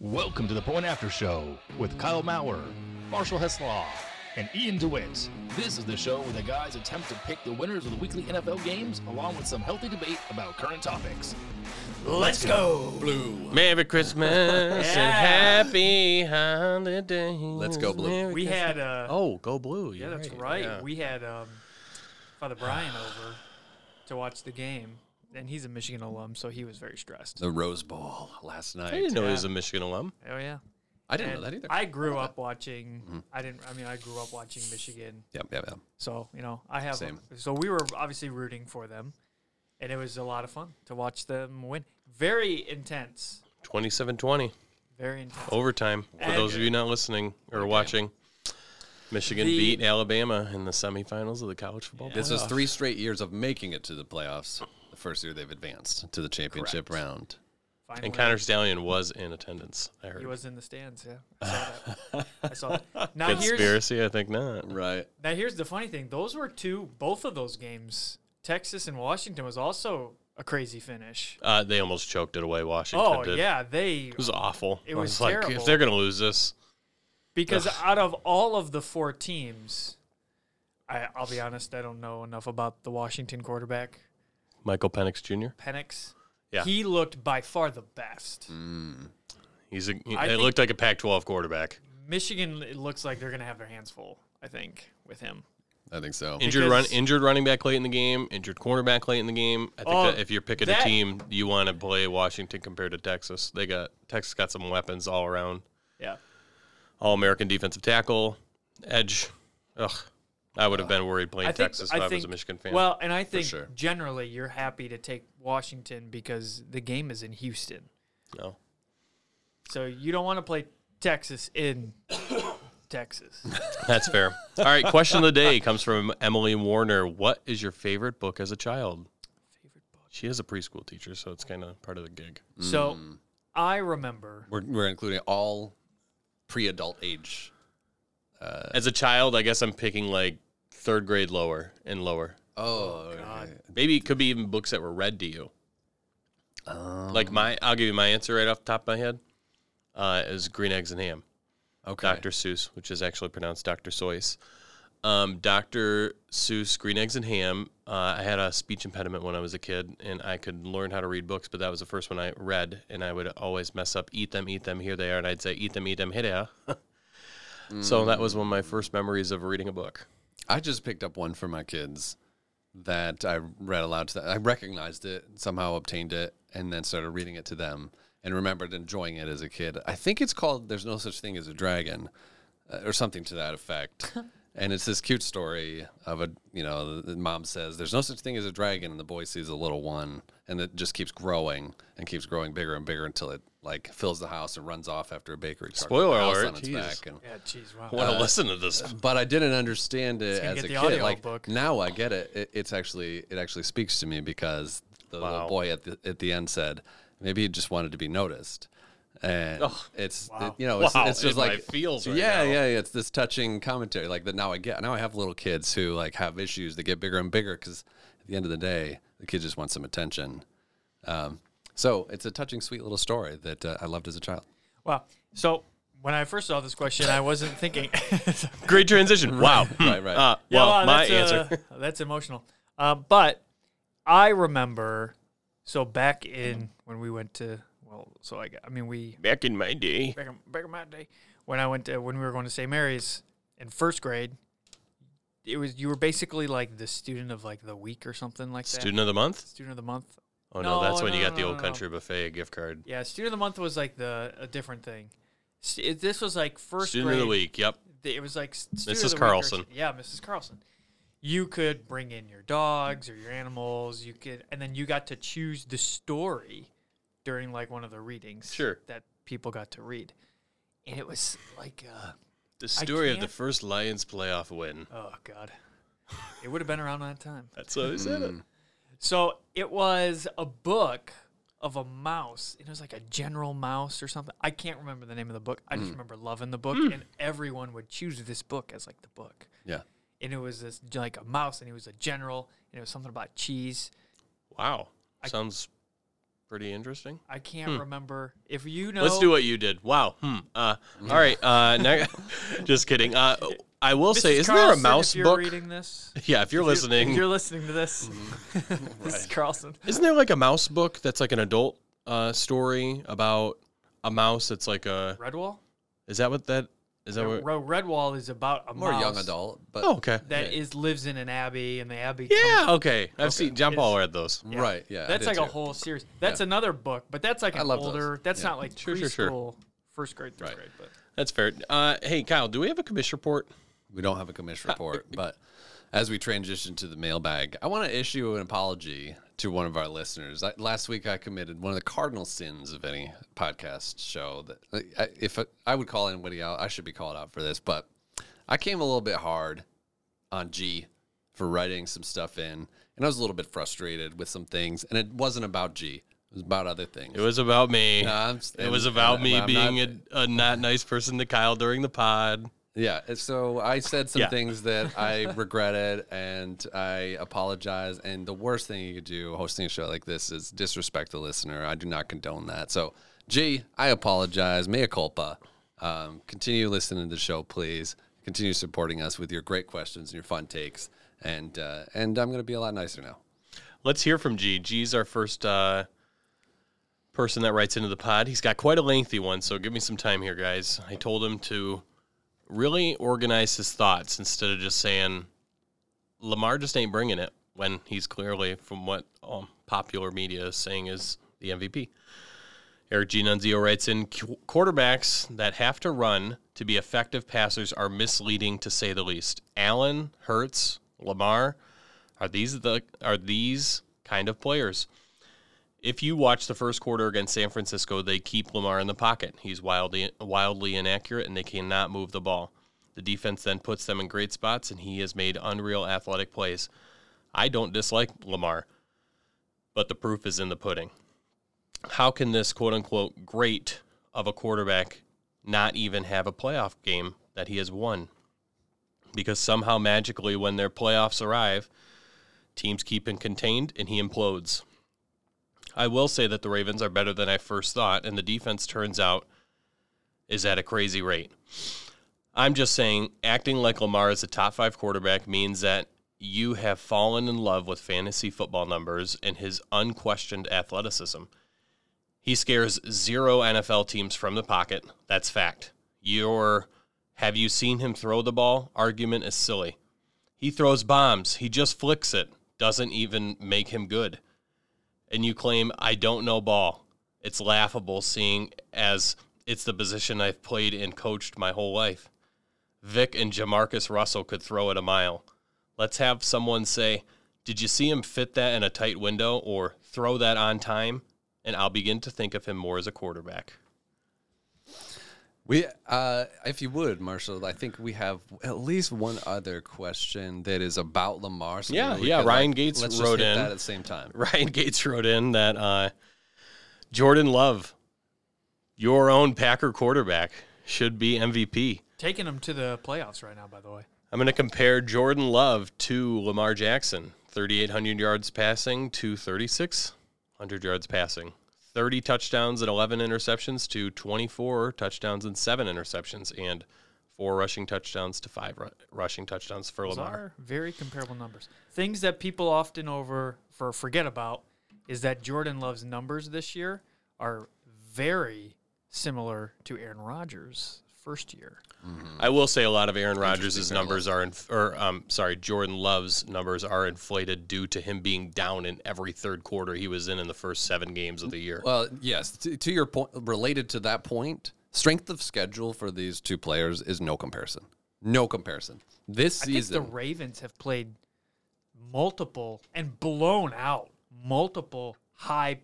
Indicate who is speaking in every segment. Speaker 1: Welcome to the Point After Show with Kyle Maurer, Marshall Heslaw, and Ian DeWitt. This is the show where the guys attempt to pick the winners of the weekly NFL games along with some healthy debate about current topics. Let's go, Blue.
Speaker 2: Merry Christmas
Speaker 3: Yeah.
Speaker 2: and happy holidays. Let's
Speaker 4: go blue.
Speaker 3: We had uh,
Speaker 2: oh, go blue.
Speaker 3: yeah,
Speaker 2: you're
Speaker 3: that's right.
Speaker 2: Yeah.
Speaker 3: We had um, Father Brian over to watch the game, and he's a Michigan alum, so he was very stressed.
Speaker 4: the Rose Bowl last night.
Speaker 2: I didn't know he was a Michigan alum.
Speaker 3: Oh yeah,
Speaker 4: I didn't know
Speaker 3: And
Speaker 4: that either.
Speaker 3: I grew up watching. I didn't. I mean, I grew up watching Michigan,
Speaker 4: yep, yep, yep.
Speaker 3: so you know, I have.
Speaker 4: Same.
Speaker 3: So we were obviously rooting for them, and it was a lot of fun to watch them win. Very intense.
Speaker 2: 27-20,
Speaker 3: Very intense.
Speaker 2: overtime. For
Speaker 3: Okay.
Speaker 2: those of you not listening or watching, Michigan
Speaker 3: The-
Speaker 2: beat Alabama in the semifinals of the college football.
Speaker 4: This
Speaker 2: playoff.
Speaker 4: is three straight years of making it to the playoffs. The first year they've advanced to the championship round.
Speaker 3: Finally,
Speaker 2: and Connor Stallion was in attendance. I heard
Speaker 3: he was in the stands. Yeah, I saw that. I saw that. Now here's
Speaker 2: conspiracy. I think not.
Speaker 4: Right.
Speaker 3: Now here's the funny thing: those were two, both of those games. Texas and Washington was also a crazy finish.
Speaker 2: Uh, they almost choked it away. Washington
Speaker 3: Oh
Speaker 2: did.
Speaker 3: yeah, they
Speaker 2: It was awful.
Speaker 3: It
Speaker 2: I
Speaker 3: was
Speaker 2: like,
Speaker 3: terrible.
Speaker 2: if they're gonna lose this,
Speaker 3: because out of all of the four teams, I, I'll be honest, I don't know enough about the Washington quarterback
Speaker 2: Michael Penix Jr.
Speaker 3: Penix.
Speaker 2: Yeah. Mm.
Speaker 3: he looked by far the best.
Speaker 2: He's a, he,
Speaker 3: I
Speaker 2: it
Speaker 3: think-
Speaker 2: looked like a Pac-12 quarterback.
Speaker 3: Michigan, it looks like they're gonna have their hands full. I think with him.
Speaker 4: I think so.
Speaker 2: Injured run,
Speaker 3: Because-
Speaker 2: injured running back late in the game, injured cornerback late in the game. I think
Speaker 3: Oh,
Speaker 2: that if you're picking
Speaker 3: that-
Speaker 2: a team, you want to play Washington compared to Texas. They got Texas got some weapons all around.
Speaker 3: Yeah,
Speaker 2: All American defensive tackle, edge. Ugh, I would have been worried playing Texas if I, was a Michigan fan.
Speaker 3: Well, and I think
Speaker 4: sure.
Speaker 3: generally you're happy to take Washington because the game is in Houston.
Speaker 2: no,
Speaker 3: So you don't want to play Texas in Texas.
Speaker 2: that's fair. All right, question of the day comes from Emily Warner. What is your favorite book as a child?
Speaker 3: Favorite book.
Speaker 2: She is a preschool teacher, so it's kind of part of the gig.
Speaker 3: So
Speaker 2: Mm.
Speaker 3: I remember.
Speaker 4: We're, we're including all pre-adult age.
Speaker 2: As a child, I guess I'm picking like third grade lower and lower.
Speaker 4: Oh,
Speaker 2: Maybe it could be even books that were read to you. like my, I'll give you my answer right off the top of my head. Uh, is Green Eggs and Ham,
Speaker 4: okay.
Speaker 2: Dr. Seuss, which is actually pronounced Dr. Seuss. Um, Dr. Seuss, Green Eggs and Ham. Uh, I had a speech impediment when I was a kid, and I could learn how to read books, but that was the first one I read, and I would always mess up. Eat them, eat them. Here they are, and I'd say, "Eat them, eat them." Here they are. So that was one of my first memories of reading a book.
Speaker 4: I just picked up one for my kids that I read aloud to them. I recognized it, somehow obtained it, and then started reading it to them and remembered enjoying it as a kid. I think it's called There's No Such Thing as a Dragon uh, or something to that effect. and it's this cute story of a, you know, the, the mom says, There's no such thing as a dragon. And the boy sees a little one and it just keeps growing and keeps growing bigger and bigger until it like fills the house and runs off after a bakery. truck with
Speaker 2: Spoiler
Speaker 4: a house
Speaker 2: alert,
Speaker 4: on its
Speaker 2: jeez.
Speaker 4: back and-
Speaker 3: Yeah, jeez, wow.
Speaker 2: want to listen to this.
Speaker 4: but I didn't understand it
Speaker 3: gonna
Speaker 4: as
Speaker 3: get
Speaker 4: a
Speaker 3: the
Speaker 4: kid.
Speaker 3: audio
Speaker 4: like
Speaker 3: book.
Speaker 4: now I get it. it. It's actually it actually speaks to me because the
Speaker 2: Wow.
Speaker 4: little boy at the at the end said maybe he just wanted to be noticed, and it's it- you know it's,
Speaker 2: Wow,
Speaker 4: it's just
Speaker 2: in my
Speaker 4: like
Speaker 2: feels right
Speaker 4: yeah
Speaker 2: now.
Speaker 4: yeah yeah it's this touching commentary like that now I get now I have little kids who like have issues that get bigger and bigger because at the end of the day the kid just wants some attention. Um, so it's a touching, sweet little story that uh, I loved as a child.
Speaker 3: Wow. So when I first saw this question, I wasn't thinking.
Speaker 2: Great transition. Wow.
Speaker 4: Right, right.
Speaker 2: Uh,
Speaker 3: Yeah,
Speaker 2: well,
Speaker 3: wow,
Speaker 2: my
Speaker 3: that's, uh,
Speaker 2: answer.
Speaker 3: that's emotional. Uh, but I remember. So back in when we went to well, so I got, I mean we
Speaker 2: Back in my day.
Speaker 3: back in, back in my day when I went to when we were going to St. Mary's in first grade, it was you were basically like the student of like the week or something like that.
Speaker 2: Student of the month?
Speaker 3: student of the month.
Speaker 2: Oh, no, that's
Speaker 3: No,
Speaker 2: when you
Speaker 3: no,
Speaker 2: got the
Speaker 3: no,
Speaker 2: old
Speaker 3: no, no.
Speaker 2: country buffet gift card.
Speaker 3: Yeah, student of the month was like the a different thing. S- it- This was like first
Speaker 2: Student
Speaker 3: grade.
Speaker 2: of the week. Yep.
Speaker 3: th- It was like s- student
Speaker 2: Mrs.
Speaker 3: of the week or
Speaker 2: Carlson.
Speaker 3: s- yeah, Mrs. Carlson. You could bring in your dogs or your animals. You could, and then you got to choose the story during like one of the readings.
Speaker 2: Sure.
Speaker 3: That people got to read, and it was like, uh,
Speaker 2: The story of the
Speaker 3: can't-
Speaker 2: first Lions playoff win.
Speaker 3: oh god, it would have been around that time.
Speaker 2: That's how they said it.
Speaker 3: Mm. So it was a book of a mouse. It was like a general mouse or something. I can't remember the name of the book. I
Speaker 2: Hmm.
Speaker 3: just remember loving the book, and everyone would choose this book as like the book.
Speaker 4: Yeah.
Speaker 3: And it was this like a mouse, and he was a general, and it was something about cheese.
Speaker 2: Wow. Sounds Pretty interesting.
Speaker 3: I can't remember if you know.
Speaker 2: Hmm. Let's do what you did. Wow. Hmm. Uh, all right. Uh, ne- just kidding. Uh, I will
Speaker 3: Mrs.
Speaker 2: say, isn't there a
Speaker 3: Carlson,
Speaker 2: mouse
Speaker 3: if you're
Speaker 2: book?
Speaker 3: Reading this,
Speaker 2: yeah, if you're
Speaker 3: If you're-
Speaker 2: listening, Mm-hmm.
Speaker 3: If you're listening to this, this is Carlson.
Speaker 2: isn't there like a mouse book that's like an adult uh, story about a mouse that's like a?
Speaker 3: Redwall.
Speaker 2: Is that what that? Is that what?
Speaker 3: Ro- Redwall is about a
Speaker 4: More
Speaker 3: mouse
Speaker 4: young adult, but
Speaker 2: Oh, okay.
Speaker 3: that is lives in an abbey, and the abbey.
Speaker 2: Yeah.
Speaker 3: comes-
Speaker 2: Okay. I've seen John Paul read those.
Speaker 4: right, yeah. I
Speaker 3: that's
Speaker 4: did
Speaker 3: like a
Speaker 4: too.
Speaker 3: whole series. That's another book, but that's like
Speaker 4: I
Speaker 3: an
Speaker 4: love those.
Speaker 3: older. That's
Speaker 4: Yeah.
Speaker 3: not like
Speaker 2: Sure,
Speaker 3: preschool,
Speaker 2: sure, sure.
Speaker 3: first grade, third
Speaker 4: Right.
Speaker 3: grade. But
Speaker 2: That's fair. Uh, hey, Kyle, do we have a commission report?
Speaker 4: We don't have a commission report, but as we transition to the mailbag, I want to issue an apology to one of our listeners. I, last week, I committed one of the cardinal sins of any podcast show. That like, I, if I, I would call anybody out, I should be called out for this, but I came a little bit hard on G for writing some stuff in, and I was a little bit frustrated with some things, and it wasn't about G. It was about other things.
Speaker 2: It was about me.
Speaker 4: No, I'm-
Speaker 2: it was
Speaker 4: and-
Speaker 2: about
Speaker 4: and
Speaker 2: me
Speaker 4: I'm
Speaker 2: being
Speaker 4: not-
Speaker 2: a, a not nice person to Kyle during the pod.
Speaker 4: Yeah. and So I said some
Speaker 2: Yeah.
Speaker 4: things that I regretted and I apologize. And the worst thing you could do hosting a show like this is disrespect the listener. I do not condone that. So, G, I apologize. Mea culpa. Um, continue listening to the show, please. Continue supporting us with your great questions and your fun takes. And uh, and I'm going to be a lot nicer now.
Speaker 2: Let's hear from G. G's our first uh, person that writes into the pod. He's got quite a lengthy one, so give me some time here, guys. I told him to really organize his thoughts instead of just saying Lamar just ain't bringing it when he's clearly, from what um, popular media is saying, is the MVP. Eric G. Nunzio writes in "Qu- quarterbacks that have to run to be effective passers are misleading to say the least. Allen, Hertz, Lamar, are these the are these kind of players? If you watch the first quarter against San Francisco, they keep Lamar in the pocket. He's wildly wildly inaccurate and they cannot move the ball. The defense then puts them in great spots and he has made unreal athletic plays. I don't dislike Lamar, but the proof is in the pudding how can this quote unquote great of a quarterback not even have a playoff game that he has won? Because somehow magically, when their playoffs arrive, teams keep him contained and he implodes. I will say that the Ravens are better than I first thought, and the defense turns out is at a crazy rate. I'm just saying, acting like Lamar is a top five quarterback means that you have fallen in love with fantasy football numbers and his unquestioned athleticism. He scares zero NFL teams from the pocket. That's fact. Your have you seen him throw the ball argument is silly. He throws bombs. He just flicks it. Doesn't even make him good. And you claim, I don't know ball. It's laughable seeing as it's the position I've played and coached my whole life. Vic and Jamarcus Russell could throw it a mile. Let's have someone say, Did you see him fit that in a tight window or throw that on time? And I'll begin to think of him more as a quarterback.
Speaker 4: We, uh, if you would, Marshall, I think we have at least one other question that is about Lamar. So
Speaker 2: Yeah,
Speaker 4: maybe we
Speaker 2: yeah,
Speaker 4: could,
Speaker 2: Ryan Gates
Speaker 4: let's just
Speaker 2: wrote
Speaker 4: hit
Speaker 2: in.
Speaker 4: that at the same time.
Speaker 2: Ryan Gates wrote in that uh, Jordan Love, your own Packer quarterback, should be MVP.
Speaker 3: taking them to the playoffs right now, by the way.
Speaker 2: I'm going to compare Jordan Love to Lamar Jackson 3,800 yards passing to 3,600 yards passing, 30 touchdowns and 11 interceptions to 24 touchdowns and 7 interceptions, and 4 rushing touchdowns to 5 ru- rushing touchdowns for
Speaker 3: Those
Speaker 2: Lamar.
Speaker 3: are very comparable numbers. Things that people often over for forget about is that Jordan Love's numbers this year are very similar to Aaron Rodgers' first year.
Speaker 2: I will say a lot of Aaron Rodgers' numbers are, inf- or um, sorry, Jordan Love's numbers are inflated due to him being down in every third quarter he was in in the first seven games of the year.
Speaker 4: Well, yes. To, to your point, related to that point, strength of schedule for these two players is no comparison. No comparison. This
Speaker 3: I think the
Speaker 4: season,
Speaker 3: Ravens have played multiple and blown out multiple high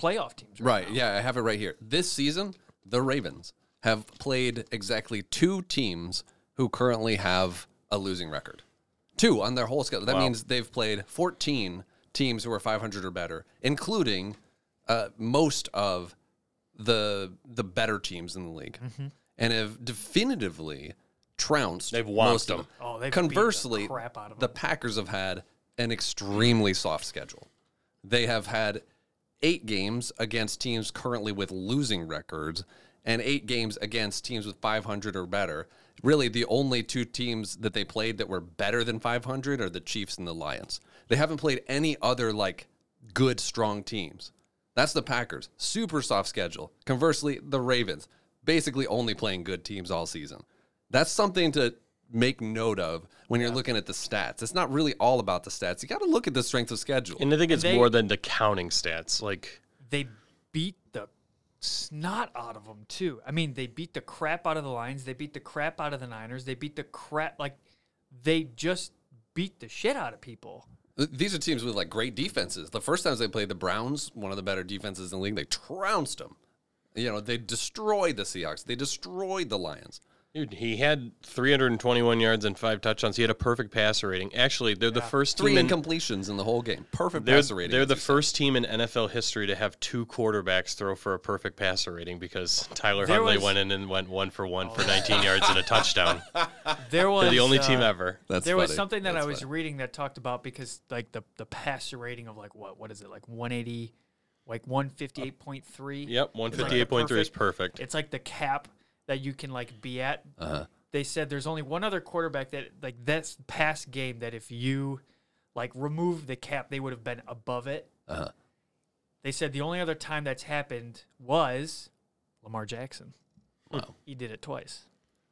Speaker 3: playoff teams.
Speaker 4: right? Yeah, I have it right here. This season, the Ravens have played exactly two teams who currently have a losing record. Two on their whole schedule. That means they've played 14 teams who are 500 or better, including uh, most of the the better teams in the league,
Speaker 3: Mm-hmm.
Speaker 4: and have definitively trounced
Speaker 2: They've whomped
Speaker 4: most of
Speaker 2: them.
Speaker 3: Oh, they've beat the
Speaker 4: Conversely,
Speaker 3: crap out of
Speaker 4: the
Speaker 3: them.
Speaker 4: Packers have had an extremely soft schedule. They have had eight games against teams currently with losing records and eight games against teams with 500 or better. Really, the only two teams that they played that were better than 500 are the Chiefs and the Lions. They haven't played any other like good, strong teams. That's the Packers. Super soft schedule. Conversely, the Ravens basically only playing good teams all season. That's something to make note of when you're looking at the stats. It's not really all about the stats. You got to look at the strength of schedule.
Speaker 2: And I think it's
Speaker 3: they-
Speaker 2: more than the counting stats. Like
Speaker 3: they beat the snot out of them too. I mean, they beat the crap out of the Lions. They beat the crap out of the Niners. They beat the crap like they just beat the shit out of people.
Speaker 4: Th- These are teams with like great defenses. The first times they played the Browns, one of the better defenses in the league, they trounced them. You know, they destroyed the Seahawks. They destroyed the Lions.
Speaker 2: Dude, he had 321 yards and five touchdowns. He had a perfect passer rating. Actually, they're the first
Speaker 4: Three
Speaker 2: team in
Speaker 4: incompletions in the whole game. Perfect
Speaker 2: they're,
Speaker 4: passer rating.
Speaker 2: they're the first team in NFL history to have two quarterbacks throw for a perfect passer rating because Tyler
Speaker 3: There
Speaker 2: Huntley
Speaker 3: was-
Speaker 2: went in and went one for one for 19 yards and a touchdown.
Speaker 3: There was
Speaker 2: They're the only team
Speaker 3: uh,
Speaker 2: ever.
Speaker 4: That's
Speaker 3: there was
Speaker 4: funny.
Speaker 3: something that
Speaker 4: That's
Speaker 3: I was
Speaker 4: funny.
Speaker 3: reading that talked about because like the the passer rating of like what what is it like 180 like 158.3
Speaker 2: Yep, 158.3 is perfect.
Speaker 3: It's like the cap that you can like be at.
Speaker 4: Uh-huh.
Speaker 3: They said there's only one other quarterback that like that's past game that if you like remove the cap, they would have been above it.
Speaker 4: Uh-huh.
Speaker 3: They said the only other time that's happened was Lamar Jackson.
Speaker 4: Wow.
Speaker 3: He did it twice.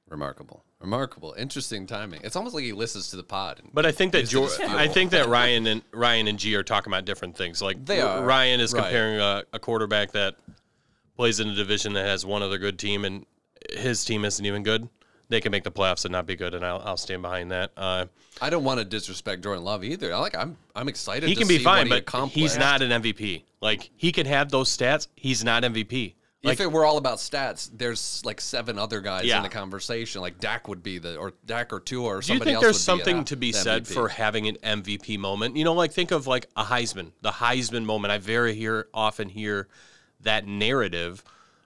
Speaker 4: Remarkable. Remarkable. Interesting timing. It's almost like he listens to the pod.
Speaker 2: But I think that
Speaker 4: Is it
Speaker 2: Jor-
Speaker 4: just fuel?
Speaker 2: I think that Ryan and Ryan and G are talking about different things. Like
Speaker 4: They
Speaker 2: R-
Speaker 4: are.
Speaker 2: Ryan is
Speaker 4: Right.
Speaker 2: comparing a, a quarterback that plays in a division that has one other good team, and his team isn't even good. They can make the playoffs and not be good, and I'll, I'll stand behind that. Uh,
Speaker 4: I don't want to disrespect Jordan Love either. I like I'm I'm excited
Speaker 2: he
Speaker 4: to
Speaker 2: can be
Speaker 4: see
Speaker 2: fine,
Speaker 4: what he
Speaker 2: but he's
Speaker 4: accomplished.
Speaker 2: not an MVP. Like he can have those stats, he's not MVP.
Speaker 4: if it were all about stats, there's like seven other guys
Speaker 2: Yeah.
Speaker 4: in the conversation. Like Dak would be the or Dak or Tua or
Speaker 2: Do you
Speaker 4: somebody
Speaker 2: think
Speaker 4: else.
Speaker 2: there's
Speaker 4: would be an-
Speaker 2: something to be
Speaker 4: the
Speaker 2: said
Speaker 4: MVP.
Speaker 2: for having an MVP moment? You know, like think of like a Heisman, the Heisman moment. I very hear often hear that narrative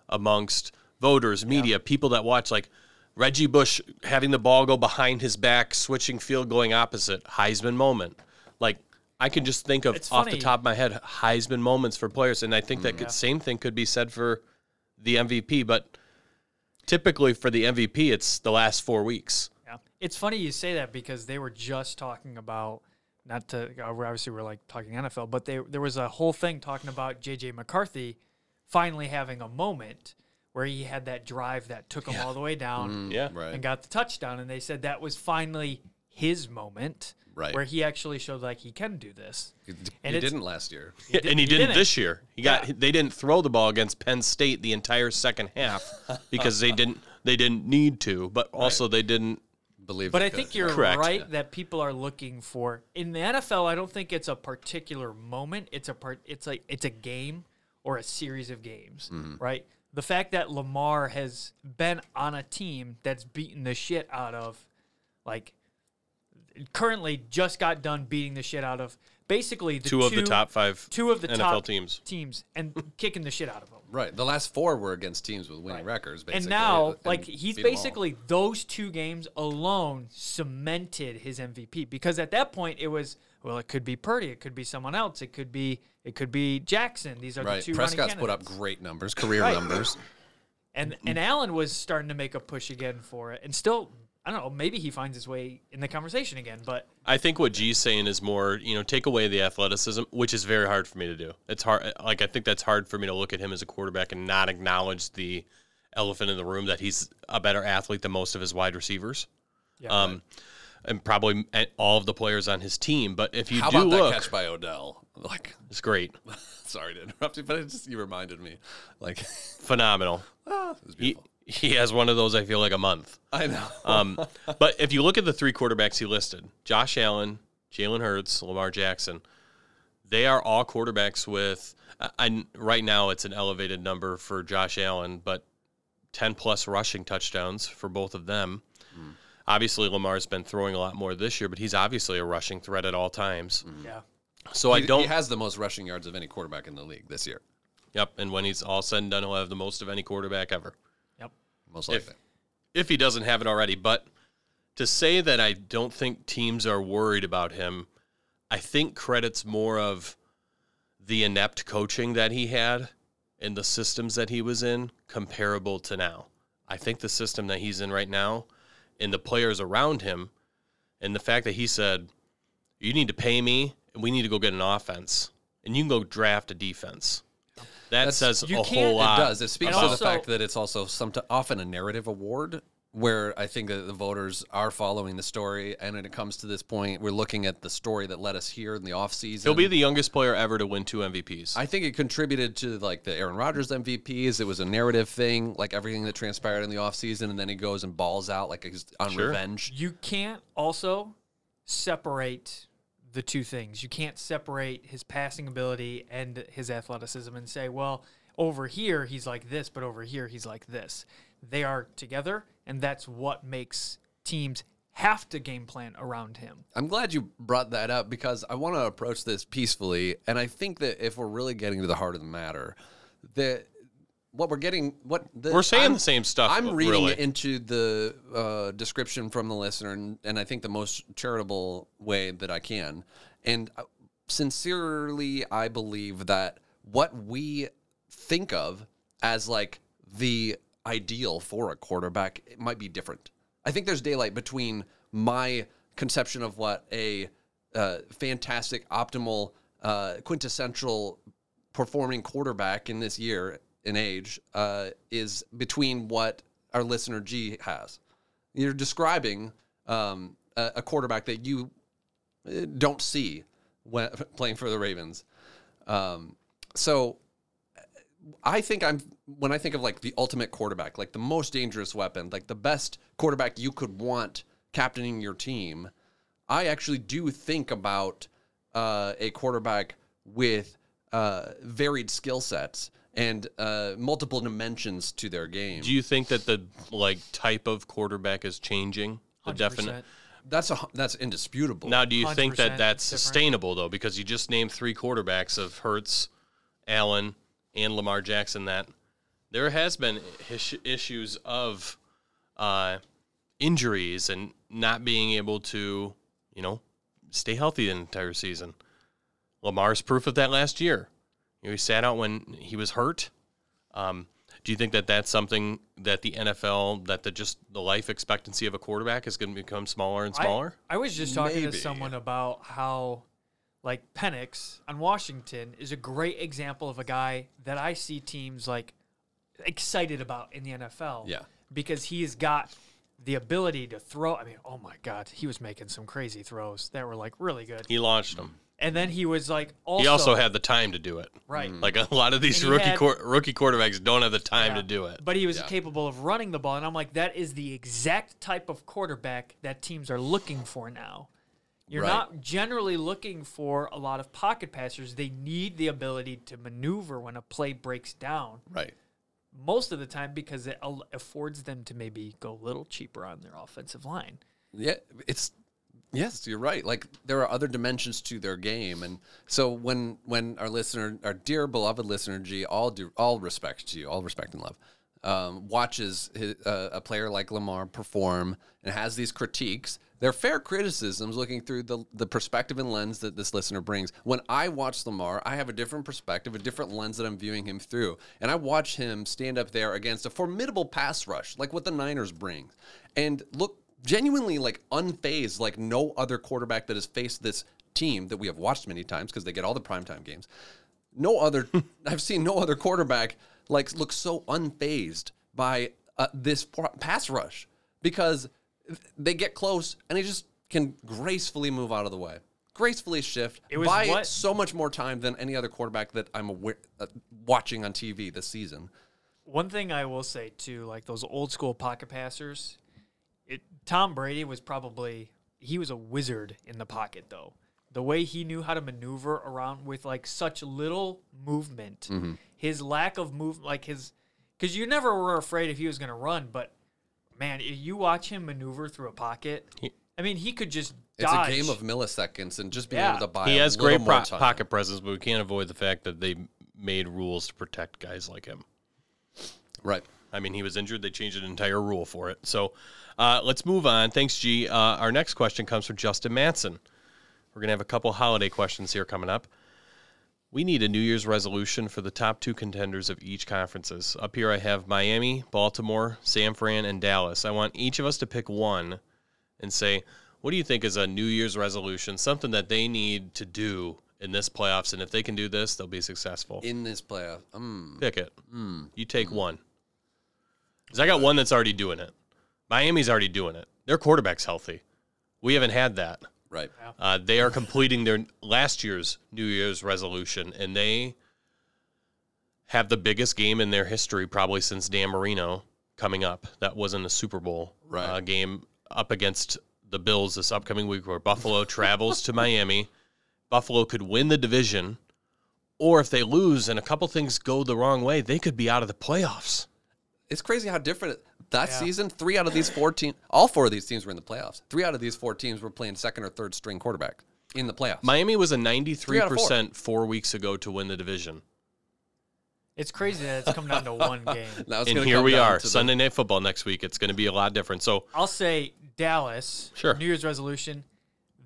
Speaker 2: amongst voters, media, people that watch like Reggie Bush having the ball go behind his back, switching field, going opposite Heisman moment. Like I can just think of
Speaker 3: It's
Speaker 2: off the
Speaker 3: funny.
Speaker 2: top of my head Heisman moments for players, and I think
Speaker 4: Mm,
Speaker 2: that could, same thing could be said for the MVP, but. Typically, for the MVP, it's the last four weeks.
Speaker 3: Yeah. It's funny you say that because they were just talking about not to obviously we're like talking NFL, but they there was a whole thing talking about JJ McCarthy finally having a moment where he had that drive that took him all the way down
Speaker 2: Yeah,
Speaker 4: right.
Speaker 3: and got the touchdown and they said that was finally his moment
Speaker 4: Right.
Speaker 3: where he actually showed like he can do this.
Speaker 4: He
Speaker 3: it's-
Speaker 4: didn't last year.
Speaker 2: Yeah, and he, didn't,
Speaker 3: didn't.
Speaker 2: this year. He got they didn't throw the ball against Penn State the entire second half because they didn't they didn't need to, but also they didn't.
Speaker 4: Believe.
Speaker 3: But
Speaker 4: it
Speaker 3: I
Speaker 4: could.
Speaker 3: think you're
Speaker 2: Correct.
Speaker 3: right that people are looking for in the NFL. I don't think it's a particular moment. It's a part. It's like it's a game or a series of games,
Speaker 2: Mm-hmm.
Speaker 3: right? The fact that Lamar has been on a team that's beaten the shit out of, like, currently just got done beating the shit out of basically the
Speaker 2: Two, of the top five
Speaker 3: two of the
Speaker 2: NFL
Speaker 3: top
Speaker 2: teams.
Speaker 3: teams and kicking the shit out of them.
Speaker 4: Right. The last four were against teams with winning records. Basically.
Speaker 3: And now,
Speaker 4: and
Speaker 3: like he's
Speaker 4: beat 'em all.
Speaker 3: basically those two games alone cemented his MVP because at that point it was well, it could be Purdy, it could be someone else, it could be it could be Jackson. These are the
Speaker 4: right.
Speaker 3: two
Speaker 4: Prescott's
Speaker 3: running
Speaker 4: put up
Speaker 3: candidates.
Speaker 4: great numbers, career
Speaker 3: Right.
Speaker 4: numbers.
Speaker 3: and and Allen was starting to make a push again for it, and still I don't know, maybe he finds his way in the conversation again, but
Speaker 2: I think what G's saying is more, you know, take away the athleticism, which is very hard for me to do. It's hard. Like I think that's hard for me to look at him as a quarterback and not acknowledge the elephant in the room that he's a better athlete than most of his wide receivers.
Speaker 3: Yeah.
Speaker 2: um, and probably eh, all of the players on his team. But if you
Speaker 4: How
Speaker 2: do
Speaker 4: about
Speaker 2: look,
Speaker 4: that catch by Odell? Like,
Speaker 2: it's great,
Speaker 4: sorry to interrupt you, but it just you reminded me. Like, it
Speaker 2: phenomenal.
Speaker 4: was
Speaker 2: he,
Speaker 4: beautiful.
Speaker 2: he has one of those I feel like a month.
Speaker 4: I know.
Speaker 2: Um, but if you look at the three quarterbacks he listed, Josh Allen, Jalen Hurts, Lamar Jackson, they are all quarterbacks with I, I- right now it's an elevated number for Josh Allen, but 10 plus rushing touchdowns for both of them.
Speaker 4: Hmm.
Speaker 2: Obviously Lamar's been throwing a lot more this year, but he's obviously a rushing threat at all times.
Speaker 3: yeah.
Speaker 2: So I
Speaker 4: Hmm. He-
Speaker 2: don't
Speaker 4: He has the most rushing yards of any quarterback in the league this year,
Speaker 2: Yep, and when he's all said and done, he'll have the most of any quarterback ever.
Speaker 3: Yep.
Speaker 4: most
Speaker 2: If-
Speaker 4: likely.
Speaker 2: if he doesn't have it already. But to say that I don't think teams are worried about him, I think credits more of the inept coaching that he had and the systems that he was in comparable to now. I think the system that he's in right now and the players around him and the fact that he said, You need to pay me and we need to go get an offense and you can go draft a defense. That
Speaker 4: That's-
Speaker 2: says
Speaker 3: you
Speaker 2: a
Speaker 3: can't-
Speaker 2: whole
Speaker 3: it
Speaker 2: lot.
Speaker 4: It does. It speaks
Speaker 3: And
Speaker 4: to
Speaker 3: also-
Speaker 4: the fact that it's also some often a narrative award where I think that the voters are following the story. And when it comes to this point, we're looking at the story that led us here in the offseason.
Speaker 2: He'll be the youngest player ever to win two MVPs.
Speaker 4: I think it contributed to like the Aaron Rodgers MVPs. It was a narrative thing, like everything that transpired in the offseason. And then he goes and balls out like he's on
Speaker 2: Sure.
Speaker 4: revenge.
Speaker 3: You can't also separate the two things. You can't separate his passing ability and his athleticism and say, well, over here he's like this, but over here he's like this. They are together, and that's what makes teams have to game plan around him.
Speaker 4: I'm glad you brought that up because I want to approach this peacefully, and I think that if we're really getting to the heart of the matter, that what we're getting, what the,
Speaker 2: We're saying
Speaker 4: I'm-
Speaker 2: the same stuff.
Speaker 4: I'm reading
Speaker 2: really.
Speaker 4: into the uh, description from the listener, and, and I think the most charitable way that I can. And uh, sincerely, I believe that what we think of as like the ideal for a quarterback it might be different. I think there's daylight between my conception of what a uh, fantastic, optimal, uh, quintessential performing quarterback in this year and age uh, is between what our listener G has. You're describing um, a, a quarterback that you uh, don't see when playing for the Ravens. Um, so I think I'm when I think of like the ultimate quarterback, like the most dangerous weapon, like the best quarterback you could want captaining your team. I actually do think about uh, a quarterback with uh, varied skill sets and uh, multiple dimensions to their game.
Speaker 2: Do you think that the like type of quarterback is changing? The
Speaker 3: 100%.
Speaker 2: definite.
Speaker 4: That's a, that's indisputable.
Speaker 2: Now, do you think that
Speaker 3: 100%
Speaker 2: that's
Speaker 3: different.
Speaker 2: sustainable though? Because you just named three quarterbacks of Hertz, Allen, and Lamar Jackson. That there has been his- issues of uh, injuries and not being able to, you know, stay healthy the entire season. Lamar's proof of that last year. You know, he sat out when he was hurt. Um, do you think that that's something that the NFL, that the just the life expectancy of a quarterback is going to become smaller and
Speaker 3: I-
Speaker 2: smaller?
Speaker 3: I, was just talking
Speaker 4: Maybe.
Speaker 3: to someone about how, like Penix on Washington is a great example of a guy that I see teams like excited about in the NFL.
Speaker 4: Yeah.
Speaker 3: because he's got the ability to throw. I mean, oh my God, he was making some crazy throws that were like really good.
Speaker 2: he launched them.
Speaker 3: And then he was like also
Speaker 2: he also had the time to do it.
Speaker 3: right.
Speaker 4: Hmm.
Speaker 2: Like a lot of these
Speaker 3: And he
Speaker 2: rookie
Speaker 3: had-
Speaker 2: quar- rookie quarterbacks don't have the time to
Speaker 3: Yeah.
Speaker 2: do it.
Speaker 3: But he was
Speaker 4: Yeah.
Speaker 3: capable of running the ball. And I'm like, that is the exact type of quarterback that teams are looking for now. You're
Speaker 4: Right.
Speaker 3: not generally looking for a lot of pocket passers. They need the ability to maneuver when a play breaks down
Speaker 4: right.
Speaker 3: most of the time because it al- affords them to maybe go a little cheaper on their offensive line.
Speaker 4: Yeah, it's yes, you're right. Like there are other dimensions to their game, and so when when our listener, our dear beloved listener G, all do all respect to you, all respect and love, um, watches his, uh, a player like Lamar perform and has these critiques. They're fair criticisms, looking through the the perspective and lens that this listener brings. When I watch Lamar, I have a different perspective, a different lens that I'm viewing him through, and I watch him stand up there against a formidable pass rush, like what the Niners bring, and look genuinely like unfazed like no other quarterback that has faced this team that we have watched many times because they get all the primetime games. No other I've seen no other quarterback like look so unfazed by uh, this pro- pass rush because they get close and he just can gracefully move out of the way. Gracefully shift
Speaker 3: It was
Speaker 4: by
Speaker 3: what-
Speaker 4: so much more time than any other quarterback that I'm aware, uh, watching on TV this season.
Speaker 3: One thing I will say too, like those old school pocket passers, it, Tom Brady was probably he was a wizard in the pocket though. The way he knew how to maneuver around with like such little movement,
Speaker 4: Mm-hmm.
Speaker 3: his lack of move, like his, because you never were afraid if he was going to run. But man, if you watch him maneuver through a pocket. I mean, he could just
Speaker 4: It's
Speaker 3: dodge.
Speaker 4: a game of milliseconds and just being
Speaker 3: Yeah.
Speaker 4: able to buy.
Speaker 2: he
Speaker 4: a
Speaker 2: has
Speaker 4: little
Speaker 2: great
Speaker 4: more
Speaker 2: pro-
Speaker 4: time.
Speaker 2: pocket presence, but we can't avoid the fact that they made rules to protect guys like him.
Speaker 4: right?
Speaker 2: I mean, he was injured. They changed an entire rule for it. So uh, let's move on. Thanks, G. Uh, our next question comes from Justin Matson. We're going to have a couple holiday questions here coming up. We need a New Year's resolution for the top two contenders of each conferences. Up here, I have Miami, Baltimore, San Fran, and Dallas. I want each of us to pick one and say, what do you think is a New Year's resolution? Something that they need to do in this playoffs. And if they can do this, they'll be successful.
Speaker 4: in this playoff. Mm,
Speaker 2: pick it. You take one. Because I got one that's already doing it. Miami's already doing it. Their quarterback's healthy. We haven't had that.
Speaker 4: right.
Speaker 2: Uh, they are completing their last year's New Year's resolution, and they have the biggest game in their history, probably since Dan Marino coming up. That wasn't a Super Bowl
Speaker 4: Right.
Speaker 2: uh, game up against the Bills this upcoming week, where Buffalo travels to Miami. Buffalo could win the division, or if they lose and a couple things go the wrong way, they could be out of the playoffs.
Speaker 4: It's crazy how different it- that
Speaker 3: Yeah.
Speaker 4: season. Three out of these four teams, all four of these teams were in the playoffs. Three out of these four teams were playing second or third string quarterback in the playoffs.
Speaker 2: Miami was a
Speaker 4: out of
Speaker 2: 93% four weeks ago to win the division.
Speaker 3: It's crazy that it's come down to one game.
Speaker 4: Now it's
Speaker 2: and
Speaker 4: gonna
Speaker 2: here
Speaker 4: come
Speaker 2: we
Speaker 4: down
Speaker 2: are
Speaker 4: to the-
Speaker 2: sunday night football next week it's going to be a lot different so
Speaker 3: I'll say Dallas.
Speaker 2: Sure.
Speaker 3: New Year's resolution.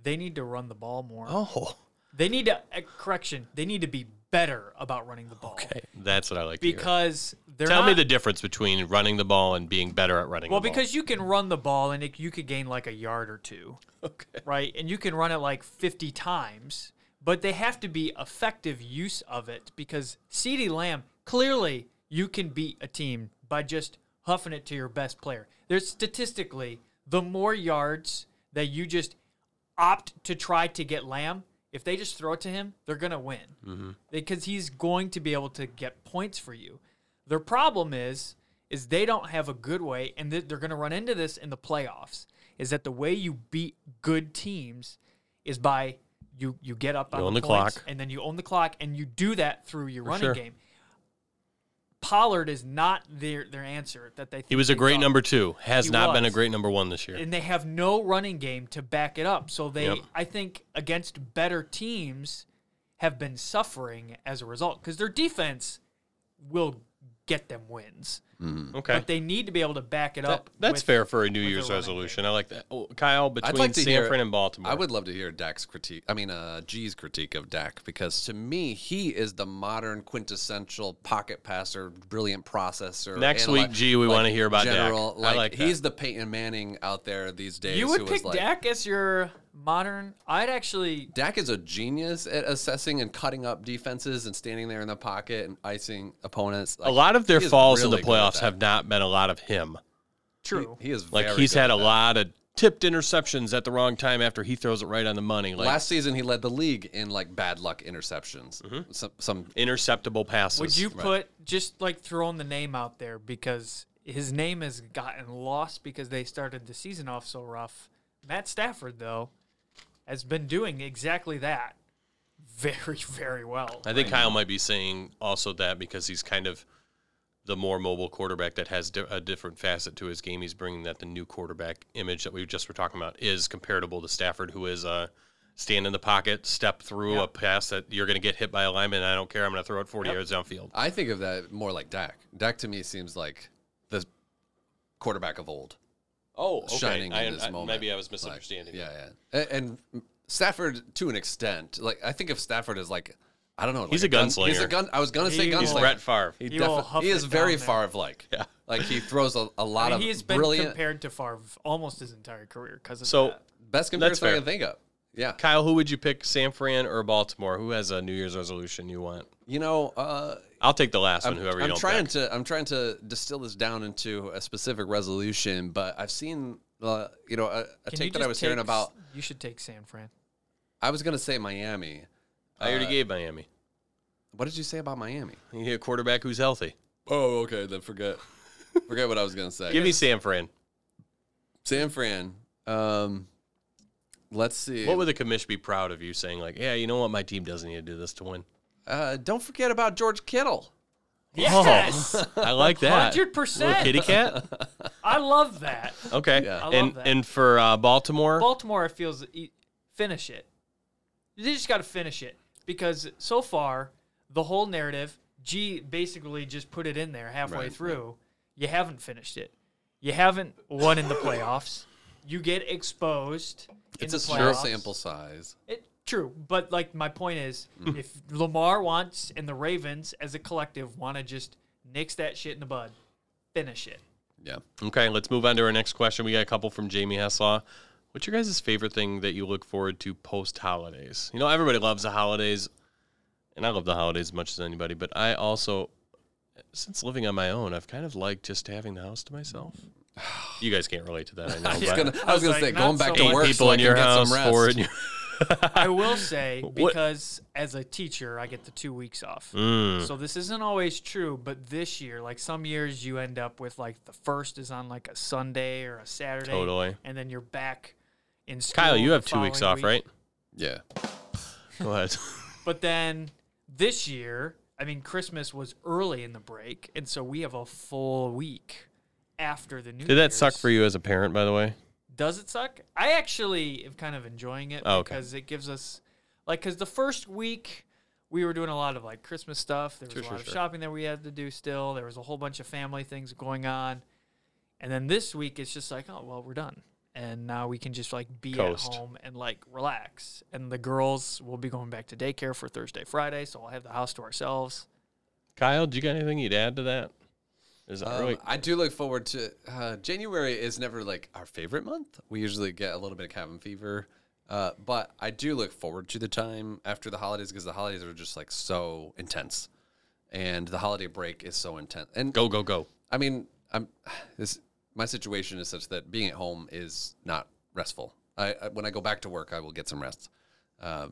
Speaker 3: They need to run the ball more.
Speaker 2: oh
Speaker 3: They need to uh, correction. They need to be better about running the ball.
Speaker 2: that's what i like to hear.
Speaker 3: Because they're
Speaker 2: tell me
Speaker 3: not-
Speaker 2: the difference between running the ball and being better at running
Speaker 3: Well,
Speaker 2: the ball.
Speaker 3: because you can run the ball and it, you could gain like a yard or two,
Speaker 4: Okay.
Speaker 3: right? And you can run it like 50 times, but they have to be effective use of it because CeeDee Lamb, clearly you can beat a team by just huffing it to your best player. There's statistically the more yards that you just opt to try to get Lamb, if they just throw it to him, they're going to win
Speaker 2: Mm-hmm.
Speaker 3: because he's going to be able to get points for you. Their problem is is they don't have a good way, and th- they're going to run into this in the playoffs. Is that the way you beat good teams is by you you get up on
Speaker 2: own
Speaker 3: the,
Speaker 2: the
Speaker 3: points,
Speaker 2: clock.
Speaker 3: and then you own the clock, and you do that through your running
Speaker 2: sure.
Speaker 3: game. Pollard is not their their answer that they. Think
Speaker 2: he was a
Speaker 3: they
Speaker 2: great
Speaker 3: thought
Speaker 2: number two has
Speaker 3: He
Speaker 2: not been a
Speaker 3: was.
Speaker 2: great number one this year
Speaker 3: and they have no running game to back it up. So they,
Speaker 2: Yep.
Speaker 3: I think, against better teams, have been suffering as a result because their defense will get them wins,
Speaker 4: Mm.
Speaker 2: okay
Speaker 3: but they need to be able to back it up.
Speaker 2: that's
Speaker 3: with-
Speaker 2: fair for a new
Speaker 3: their
Speaker 2: year's
Speaker 3: running
Speaker 2: resolution i like that oh, kyle between
Speaker 4: I'd like to
Speaker 2: san
Speaker 4: hear.
Speaker 2: fran and baltimore
Speaker 4: I would love to hear Dak's critique. I mean, uh, G's critique of Dak because to me, he is the modern quintessential pocket passer, brilliant processor.
Speaker 2: Next week, G, we wanna hear about Dak. I
Speaker 4: Like,
Speaker 2: like that.
Speaker 4: he's the Peyton Manning out there these days.
Speaker 3: You would
Speaker 4: who is
Speaker 3: pick
Speaker 4: like,
Speaker 3: Dak as your modern. I'd actually.
Speaker 4: Dak is a genius at assessing and cutting up defenses and standing there in the pocket and icing opponents.
Speaker 2: a lot of their falls in the playoffs
Speaker 4: have
Speaker 2: have not been a lot of him
Speaker 3: True.
Speaker 4: He is
Speaker 2: like
Speaker 4: very
Speaker 2: he's
Speaker 4: good
Speaker 2: had
Speaker 4: at
Speaker 2: a
Speaker 4: that.
Speaker 2: lot of tipped interceptions at the wrong time after he throws it right on the money like
Speaker 4: Last season, he led the league in like bad luck interceptions.
Speaker 2: Mm-hmm.
Speaker 4: Some, some
Speaker 2: interceptable passes
Speaker 3: Would you put just like throwing the name out there because his name has gotten lost because they started the season off so rough? Matt Stafford though has been doing exactly that very very well.
Speaker 2: I think Kyle might be saying also that because he's kind of the more mobile quarterback that has di- a different facet to his game. He's bringing that the new quarterback image that we just were talking about is comparable to Stafford, who is uh, stand in the pocket, step through a pass that you're going to get hit by a lineman. I don't care. I'm going to throw it 40 yards downfield.
Speaker 4: I think of that more like Dak. Dak to me seems like the quarterback of old,
Speaker 2: Oh, okay.
Speaker 4: shining
Speaker 2: I,
Speaker 4: in this
Speaker 2: I-
Speaker 4: moment.
Speaker 2: Maybe I was
Speaker 4: Like,
Speaker 2: misunderstanding.
Speaker 4: yeah, yeah. A- And, Stafford to an extent. Like I think of Stafford as like I don't know. Like
Speaker 2: He's a
Speaker 4: gun- He's a
Speaker 2: gunslinger.
Speaker 4: gun. I was gonna say
Speaker 3: He-
Speaker 4: gunslinger.
Speaker 2: He's Brett Favre.
Speaker 4: He,
Speaker 3: He will
Speaker 4: defi-
Speaker 3: huff
Speaker 4: he is
Speaker 3: it
Speaker 4: very
Speaker 3: down there.
Speaker 4: far of like. Yeah. Like he throws a, a lot
Speaker 3: I mean,
Speaker 4: of
Speaker 3: he's been
Speaker 4: brilliant.
Speaker 3: compared to Favre almost his entire career because of
Speaker 2: So,
Speaker 3: that.
Speaker 4: best comparison I
Speaker 2: fair.
Speaker 4: can think of. Yeah.
Speaker 2: Kyle, who would you pick, San Fran or Baltimore? Who has a New Year's resolution you want?
Speaker 4: You know, uh,
Speaker 2: I'll take the last
Speaker 4: I'm,
Speaker 2: one. Whoever you
Speaker 4: I'm
Speaker 2: don't
Speaker 4: trying
Speaker 2: pick.
Speaker 4: to I'm trying to distill this down into a specific resolution, but I've seen the you know a, a
Speaker 3: Can you
Speaker 4: take that I
Speaker 3: just
Speaker 4: was
Speaker 3: take
Speaker 4: hearing
Speaker 3: s-
Speaker 4: about.
Speaker 3: You should take San Fran.
Speaker 4: I was gonna say Miami.
Speaker 2: I
Speaker 4: uh,
Speaker 2: already gave Miami.
Speaker 4: What did you say about Miami?
Speaker 2: You need a quarterback who's healthy.
Speaker 4: Oh, okay. Then forget forget what I was gonna say.
Speaker 2: Give me San Fran.
Speaker 4: San Fran. Um, let's see.
Speaker 2: What would the commish be proud of you saying, like, yeah, you know what? My team doesn't need to do this to win.
Speaker 4: uh, don't forget about George Kittle. Oh.
Speaker 3: Yes,
Speaker 2: I like that.
Speaker 3: hundred
Speaker 2: Little kitty
Speaker 3: percent.
Speaker 2: cat?
Speaker 3: I love that.
Speaker 2: Okay.
Speaker 4: Yeah. I
Speaker 3: love
Speaker 2: and
Speaker 3: that.
Speaker 2: and for uh, Baltimore,
Speaker 3: Baltimore feels e- finish it. They just got to finish it because so far the whole narrative, G basically just put it in there halfway
Speaker 4: Right,
Speaker 3: through. You haven't finished it. You haven't won in the playoffs. You get exposed. in
Speaker 4: It's
Speaker 3: the
Speaker 4: a small
Speaker 3: playoffs.
Speaker 4: sample size.
Speaker 3: It, True, but like my point is,
Speaker 4: Mm.
Speaker 3: if Lamar wants and the Ravens as a collective want to just nix that shit in the bud, finish it.
Speaker 4: Yeah.
Speaker 2: Okay, let's move on to our next question. We got a couple from Jamie Heslaw. What's your guys' favorite thing that you look forward to post holidays? You know, everybody loves the holidays, and I love the holidays as much as anybody, but I also, since living on my own, I've kind of liked just having the house to myself. You guys can't relate to that, I know.
Speaker 4: I was
Speaker 2: but
Speaker 4: gonna, I was gonna
Speaker 3: like,
Speaker 4: say
Speaker 3: not
Speaker 4: going back
Speaker 3: so
Speaker 4: to
Speaker 2: eight
Speaker 4: work
Speaker 2: people
Speaker 4: so I
Speaker 2: in
Speaker 4: can
Speaker 2: your
Speaker 4: get some
Speaker 2: house,
Speaker 4: rest.
Speaker 2: four in your.
Speaker 3: I will say
Speaker 2: What-
Speaker 3: because as a teacher, I get the two weeks off.
Speaker 2: Mm.
Speaker 3: So this isn't always true, but this year, like some years, you end up with like the first is on like a Sunday or a Saturday,
Speaker 2: Totally.
Speaker 3: and then you're back in school.
Speaker 2: Kyle, you
Speaker 3: the
Speaker 2: have two weeks
Speaker 3: following
Speaker 2: off,
Speaker 3: week.
Speaker 2: right?
Speaker 4: Yeah.
Speaker 2: Go ahead.
Speaker 3: But then this year, I mean, Christmas was early in the break, and so we have a full week after the New
Speaker 2: Did that suck for you as a parent, by the way?
Speaker 3: Does it suck? I actually am kind of enjoying it
Speaker 2: Oh, okay.
Speaker 3: because it gives us, like, because the first week we were doing a lot of like Christmas stuff. There was
Speaker 2: Sure,
Speaker 3: a lot
Speaker 2: sure,
Speaker 3: of
Speaker 2: sure.
Speaker 3: shopping that we had to do still. There was a whole bunch of family things going on, and then this week it's just like, oh well, we're done, and now we can just like be
Speaker 2: Coast.
Speaker 3: at home and like relax. And the girls will be going back to daycare for Thursday, Friday, so I'll have the house to ourselves.
Speaker 2: Kyle, do you got anything you'd add to that? Is that
Speaker 4: Um,
Speaker 2: really?
Speaker 4: I do look forward to uh, January is never like our favorite month. We usually get a little bit of cabin fever, uh, but I do look forward to the time after the holidays because the holidays are just like so intense, and the holiday break is so intense. And
Speaker 2: Go, go, go.
Speaker 4: I mean, I'm this. My situation is such that being at home is not restful. I, I when I go back to work, I will get some rest, uh,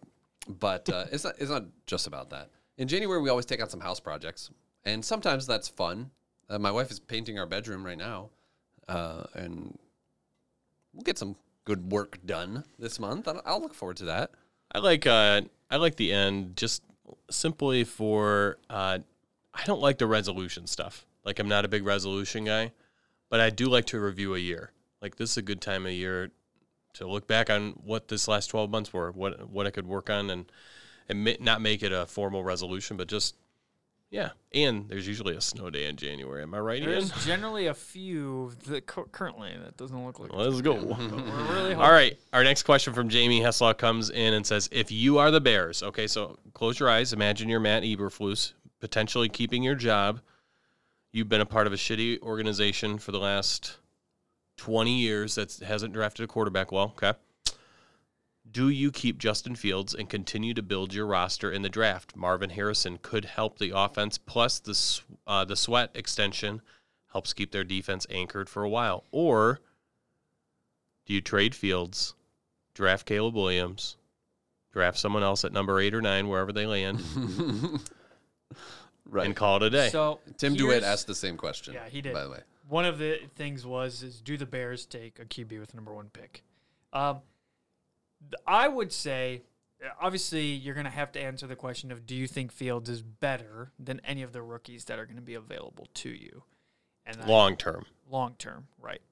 Speaker 4: but uh, it's not. It's not just about that. In January, we always take on some house projects, and sometimes that's fun. Uh, my wife is painting our bedroom right now, uh, and we'll get some good work done this month. I'll, I'll look forward to that.
Speaker 2: I like uh, I like the end just simply for uh, I don't like the resolution stuff. Like I'm not a big resolution guy, but I do like to review a year. Like this is a good time of year to look back on what this last 12 months were, what what I could work on, and and ma- not make it a formal resolution, but just yeah. And there's usually a snow day in January. Am I right, Ian?
Speaker 3: There's generally a few that cu- currently that doesn't look like. it's
Speaker 2: Let's go.
Speaker 3: but We're really hoping.
Speaker 2: All right. Our next question from Jamie Heslaw comes in and says, "If you are the Bears, okay, so close your eyes. Imagine you're Matt Eberflus, potentially keeping your job. You've been a part of a shitty organization for the last 20 years that hasn't drafted a quarterback well. Okay, do you keep Justin Fields and continue to build your roster in the draft? Marvin Harrison could help the offense, plus the s- uh, the sweat extension helps keep their defense anchored for a while, or." Do you trade Fields, draft Caleb Williams, draft someone else at number eight or nine, wherever they land,
Speaker 4: Right.
Speaker 2: and call it a day?
Speaker 3: So
Speaker 4: Tim DeWitt
Speaker 3: here's-
Speaker 4: asked the same question.
Speaker 3: Yeah, he did.
Speaker 4: By the way,
Speaker 3: One of the things was is do the Bears take a QB with number one pick? Um, th- I would say, uh, obviously, you're going to have to answer the question of do you think Fields is better than any of the rookies that are going to be available to you? And I-
Speaker 2: Long term.
Speaker 3: long term, right?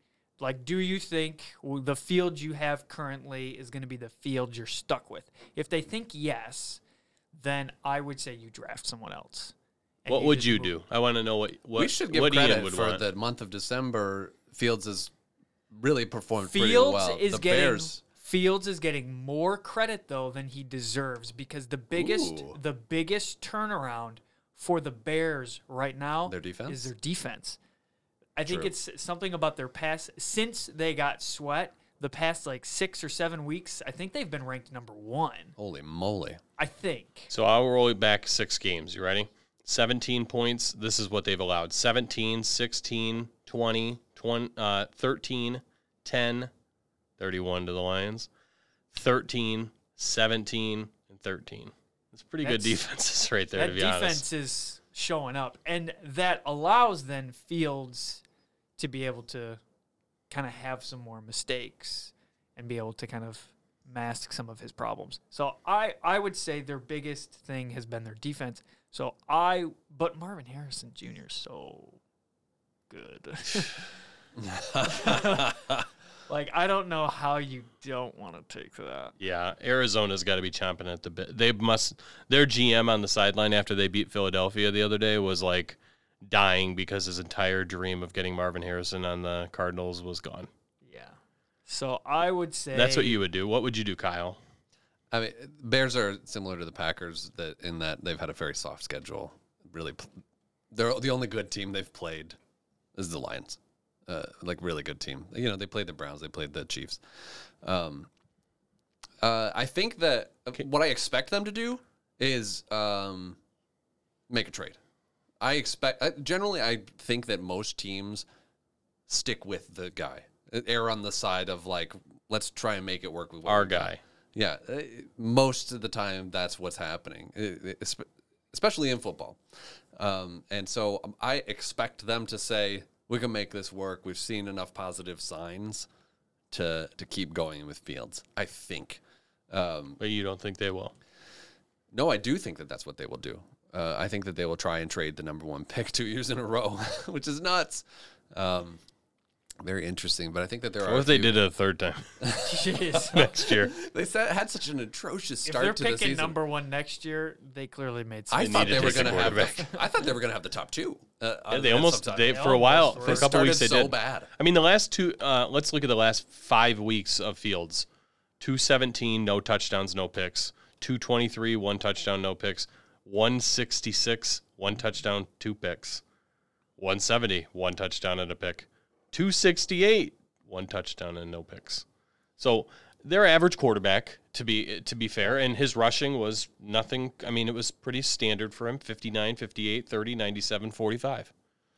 Speaker 3: Like, do you think w- the field you have currently is going to be the field you're stuck with? If they think yes, then I would say you draft someone else. and
Speaker 2: What would
Speaker 3: just
Speaker 2: you
Speaker 3: move-
Speaker 2: do? I want to know what what,
Speaker 4: we should give
Speaker 2: what Ian
Speaker 4: credit
Speaker 2: would
Speaker 4: for
Speaker 2: want.
Speaker 4: the month of December. Fields has really performed pretty
Speaker 3: Fields
Speaker 4: well.
Speaker 3: is
Speaker 4: the
Speaker 3: getting
Speaker 4: Bears,
Speaker 3: Fields is getting more credit though than he deserves because the biggest
Speaker 4: Ooh.
Speaker 3: the biggest turnaround for the Bears right now
Speaker 4: Their
Speaker 3: is
Speaker 4: defense?
Speaker 3: their defense. I think
Speaker 2: True.
Speaker 3: it's something about their pass since they got sweat the past like 6 or 7 weeks. I think they've been ranked number 1.
Speaker 4: holy moly!
Speaker 3: I think.
Speaker 2: So I'll roll it back six games. You ready? 17 points. This is what they've allowed 17, 16, 20, 20 uh, 13, 10, 31 to the Lions, 13, 17, and 13. That's pretty good
Speaker 3: That's-
Speaker 2: defenses right there, to
Speaker 3: that
Speaker 2: be
Speaker 3: defense
Speaker 2: honest.
Speaker 3: is showing up, and that allows then Fields to be able to kind of have some more mistakes and be able to kind of mask some of his problems. So I I would say their biggest thing has been their defense. So I but Marvin Harrison Jr. is so good. like I don't know how you don't want to take that.
Speaker 2: Yeah, Arizona's got to be chomping at the bit. They must. Their GM on the sideline after they beat Philadelphia the other day was like dying because his entire dream of getting Marvin Harrison on the Cardinals was gone.
Speaker 3: Yeah. So I would say
Speaker 2: That's what you would do. What would you do, Kyle?
Speaker 4: I mean, Bears are similar to the Packers that in that they've had a very soft schedule. Really, pl- they're the only good team they've played is the Lions. Uh, like really good team. You know, they played the Browns, they played the Chiefs. Um, uh, I think that what I expect them to do is um, make a trade. I expect uh, generally I think that most teams stick with the guy, uh, err on the side of like let's try and make it work with what
Speaker 2: Our
Speaker 4: we got.
Speaker 2: guy.
Speaker 4: Yeah, uh, most of the time that's what's happening, uh, uh, espe- especially in football. Um, and so um, I expect them to say we can make this work. We've seen enough positive signs to to keep going with Fields. I think. Um,
Speaker 2: But you don't think they will.
Speaker 4: no, I do think that that's what they will do. Uh, I think that they will try and trade the number one pick two years in a row, which is nuts. Um, very interesting, but I think that there are.
Speaker 2: What
Speaker 4: a
Speaker 2: if they
Speaker 4: few-
Speaker 2: did it a third time
Speaker 3: Jeez.
Speaker 2: next year?
Speaker 4: They said, had such an atrocious
Speaker 3: if
Speaker 4: start
Speaker 3: they're
Speaker 4: to the
Speaker 3: picking
Speaker 4: season.
Speaker 3: number one next year, they clearly made some.
Speaker 4: I
Speaker 2: They
Speaker 4: thought
Speaker 2: need
Speaker 4: they
Speaker 2: to
Speaker 4: were
Speaker 2: take
Speaker 4: going
Speaker 2: a
Speaker 4: to have. The, I thought they were going to have the top two. Uh,
Speaker 2: Yeah,
Speaker 4: on-
Speaker 2: they
Speaker 4: at
Speaker 2: almost
Speaker 4: some time.
Speaker 2: they
Speaker 3: They
Speaker 2: for a
Speaker 3: almost
Speaker 2: while
Speaker 3: were.
Speaker 2: for a
Speaker 3: They
Speaker 2: couple weeks they
Speaker 4: started so
Speaker 2: did.
Speaker 4: bad.
Speaker 2: I mean, the last two. Uh, let's look at the last five weeks of Fields: two seventeen, no touchdowns, no picks; two twenty three, one touchdown, no picks; one sixty six, one touchdown, two picks; one seventy, one touchdown and a pick; two sixty eight, one touchdown and no picks. So their average quarterback, to be to be fair, and his rushing was nothing. I mean, it was pretty standard for him: 59, 58, 30, 97, 45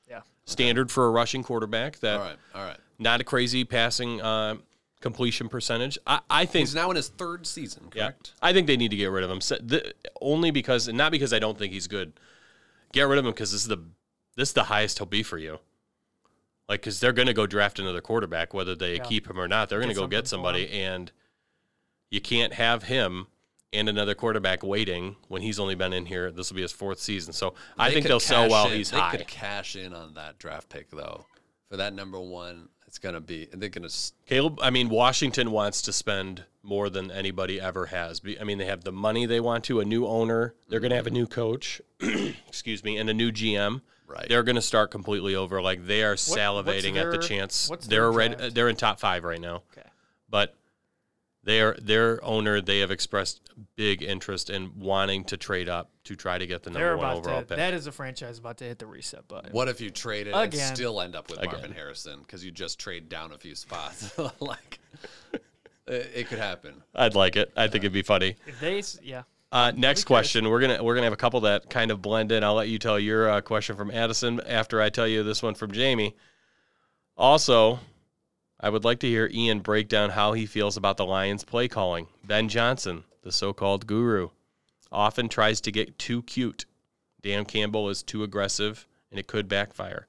Speaker 3: Yeah.
Speaker 2: standard for a rushing quarterback. That
Speaker 4: All right, all right.
Speaker 2: not a crazy passing uh, completion percentage. I, I think.
Speaker 4: He's now in his third season,
Speaker 2: Yeah,
Speaker 4: correct?
Speaker 2: I think they need to get rid of him. So the, only because, and not because I don't think he's good. Get rid of him because this is the this is the highest he'll be for you. Like, because they're going to go draft another quarterback, whether they keep him or not. They're going to go get
Speaker 3: something for
Speaker 2: somebody, and you can't have him and another quarterback waiting when he's only been in here. This will be his fourth season, so I
Speaker 4: They
Speaker 2: think
Speaker 4: could
Speaker 2: they'll sell
Speaker 4: cash
Speaker 2: while
Speaker 4: in-
Speaker 2: he's
Speaker 4: they
Speaker 2: high.
Speaker 4: could cash in on that draft pick though. For that number one, it's gonna be. They're gonna. s-
Speaker 2: Caleb, I mean, Washington wants to spend more than anybody ever has. Be- I mean, they have the money they want to, a new owner. They're going to have a new coach, excuse me, and a new GM.
Speaker 4: Right.
Speaker 2: They're going to start completely over. Like, they are salivating at
Speaker 3: their-
Speaker 2: the chance.
Speaker 3: what's
Speaker 2: they're
Speaker 3: their
Speaker 2: right,
Speaker 3: draft?
Speaker 2: They're in top five right now.
Speaker 3: Okay.
Speaker 2: But their their owner, they have expressed big interest in wanting to trade up to try to get the number
Speaker 3: They're
Speaker 2: one
Speaker 3: about
Speaker 2: overall
Speaker 3: to.
Speaker 2: pick.
Speaker 3: That is a franchise about to hit the reset button.
Speaker 4: What if you trade it
Speaker 3: Again.
Speaker 4: and still end up with Marvin
Speaker 2: Again.
Speaker 4: Harrison because you just trade down a few spots? like, it, it could happen.
Speaker 2: I'd like it. I think it'd be funny.
Speaker 3: If they, s- yeah.
Speaker 2: Uh, next question. We're gonna we're gonna have a couple that kind of blend in. I'll let you tell your uh, question from Addison after I tell you this one from Jamie. Also, I would like to hear Ian break down how he feels about the Lions' play calling. Ben Johnson, the so-called guru, often tries to get too cute. Dan Campbell is too aggressive, and it could backfire.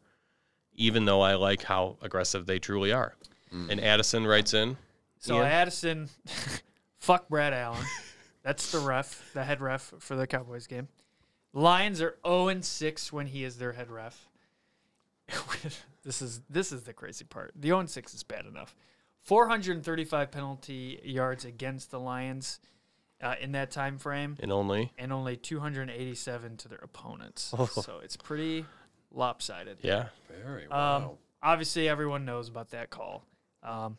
Speaker 2: Even though I like how aggressive they truly are. And Addison writes in,
Speaker 3: So
Speaker 2: Ian?
Speaker 3: Addison, fuck Brad Allen. That's the ref, the head ref for the Cowboys game. Lions are 0 and 6 when he is their head ref. this is this is the crazy part. The 0 and 6 is bad enough. 435 penalty yards against the Lions uh, in that time frame,
Speaker 2: and only
Speaker 3: and only 287 to their opponents. So it's pretty lopsided.
Speaker 2: Oh. yeah.
Speaker 4: Very
Speaker 3: Um,
Speaker 4: wow.
Speaker 3: Obviously, everyone knows about that call. Um,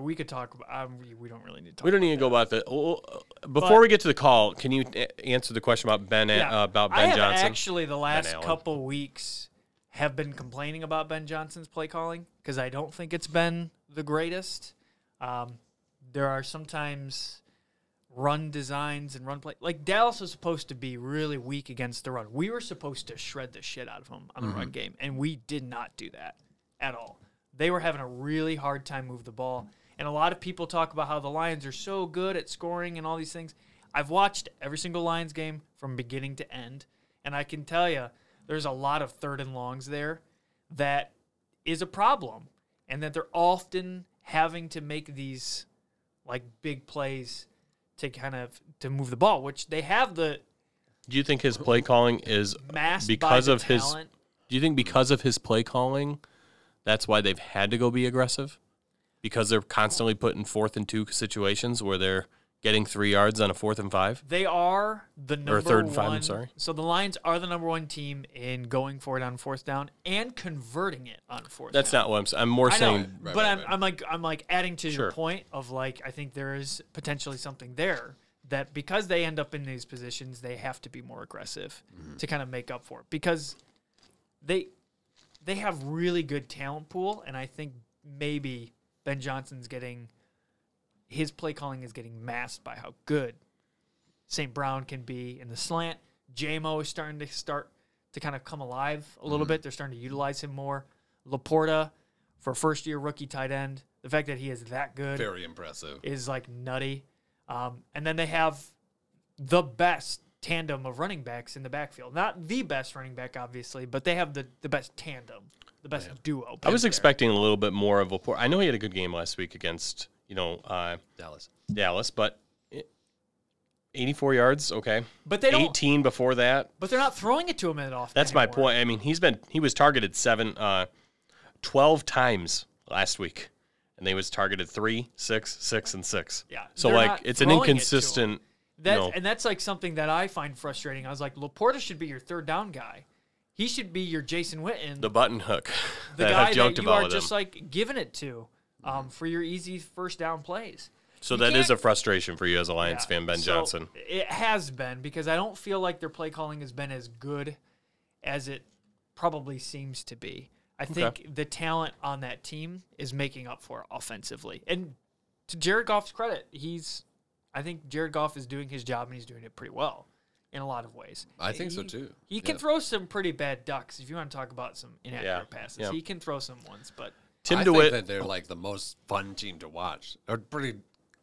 Speaker 3: we could talk about. Um, we, we don't really need to. Talk
Speaker 2: We don't
Speaker 3: about
Speaker 2: need to go about that. Well, uh, Before
Speaker 3: But-
Speaker 2: we get to the call, can you a- answer the question about Ben
Speaker 3: that.
Speaker 2: uh, about
Speaker 3: I
Speaker 2: Ben
Speaker 3: have
Speaker 2: Johnson?
Speaker 3: Actually, the last
Speaker 2: Allen.
Speaker 3: couple weeks have been complaining about Ben Johnson's play calling because I don't think it's been the greatest. Um, there are sometimes run designs and run play. Like Dallas was supposed to be really weak against the run. We were supposed to shred the shit out of them on the run game, and we did not do that at all. They were having a really hard time move the ball. And a lot of people talk about how the Lions are so good at scoring and all these things. I've watched every single Lions game from beginning to end, and I can tell you there's a lot of third and longs there that is a problem, and that they're often having to make these like big plays to kind of to move the ball, which they have the
Speaker 2: Do you think his play calling is
Speaker 3: mass
Speaker 2: because
Speaker 3: by the
Speaker 2: of his?
Speaker 3: talent.
Speaker 2: Do you think because of his play calling, that's why they've had to go be aggressive? Because they're constantly put in fourth and two situations where they're getting three yards on a fourth and five.
Speaker 3: They are the number
Speaker 2: third and five, I'm
Speaker 3: one-
Speaker 2: sorry.
Speaker 3: So the Lions are the number one team in going for it on fourth down and converting it on fourth.
Speaker 2: That's
Speaker 3: down.
Speaker 2: not what I'm. s- I'm more
Speaker 3: I know,
Speaker 2: saying
Speaker 4: right,
Speaker 3: but
Speaker 4: right,
Speaker 3: I'm,
Speaker 4: right.
Speaker 3: I'm like I'm like adding to
Speaker 2: Sure.
Speaker 3: your point of like I think there is potentially something there that because they end up in these positions they have to be more aggressive
Speaker 4: Mm-hmm.
Speaker 3: to kind of make up for it because they they have really good talent pool and I think maybe Ben Johnson's getting his play calling is getting masked by how good St. Brown can be in the slant. JMO is starting to start to kind of come alive a
Speaker 2: Mm-hmm.
Speaker 3: little bit. They're starting to utilize him more. Laporta for first year rookie tight end. The fact that he is that good
Speaker 4: Very impressive.
Speaker 3: is like nutty. Um, and then they have the best tandem of running backs in the backfield. Not the best running back, obviously, but they have the, the best tandem, the best duo.
Speaker 2: I was expecting a little bit more of a poor. I know he had a good game last week against you know uh,
Speaker 4: Dallas.
Speaker 2: Dallas, but it- 84 yards, okay.
Speaker 3: But they don't.
Speaker 2: 18 before that.
Speaker 3: But they're not throwing it to him at all.
Speaker 2: That's my point. I mean, he's been he was targeted seven, uh, 12 times last week, and they was targeted three, six, six, and six.
Speaker 3: Yeah,
Speaker 2: So
Speaker 3: they're
Speaker 2: like
Speaker 3: not
Speaker 2: it's an
Speaker 3: throwing it to him.
Speaker 2: inconsistent.
Speaker 3: That's,
Speaker 2: No.
Speaker 3: And that's like something that I find frustrating. I was like, Laporta should be your third down guy. He should be your Jason Witten,
Speaker 2: The button hook.
Speaker 3: the
Speaker 2: that
Speaker 3: guy
Speaker 2: I joked
Speaker 3: that you
Speaker 2: about
Speaker 3: are
Speaker 2: with
Speaker 3: just
Speaker 2: him.
Speaker 3: like giving it to um, for your easy first down plays.
Speaker 2: so
Speaker 3: you
Speaker 2: that is a
Speaker 3: can't-
Speaker 2: frustration for you as a Lions
Speaker 3: Yeah.
Speaker 2: fan, Ben
Speaker 3: So,
Speaker 2: Johnson.
Speaker 3: It has been because I don't feel like their play calling has been as good as it probably seems to be. I think the talent on that team is making up for it offensively. And to Jared Goff's credit, he's I think Jared Goff is doing his job and he's doing it pretty well in a lot of ways.
Speaker 4: I think so
Speaker 3: He-
Speaker 4: too.
Speaker 3: He can
Speaker 4: Yeah.
Speaker 3: throw some pretty bad ducks if you want to talk about some inaccurate passes.
Speaker 2: yeah.
Speaker 3: He can throw some ones, but
Speaker 2: Tim
Speaker 4: I
Speaker 2: DeWitt.
Speaker 4: think that they're like the most fun team to watch. Or pretty,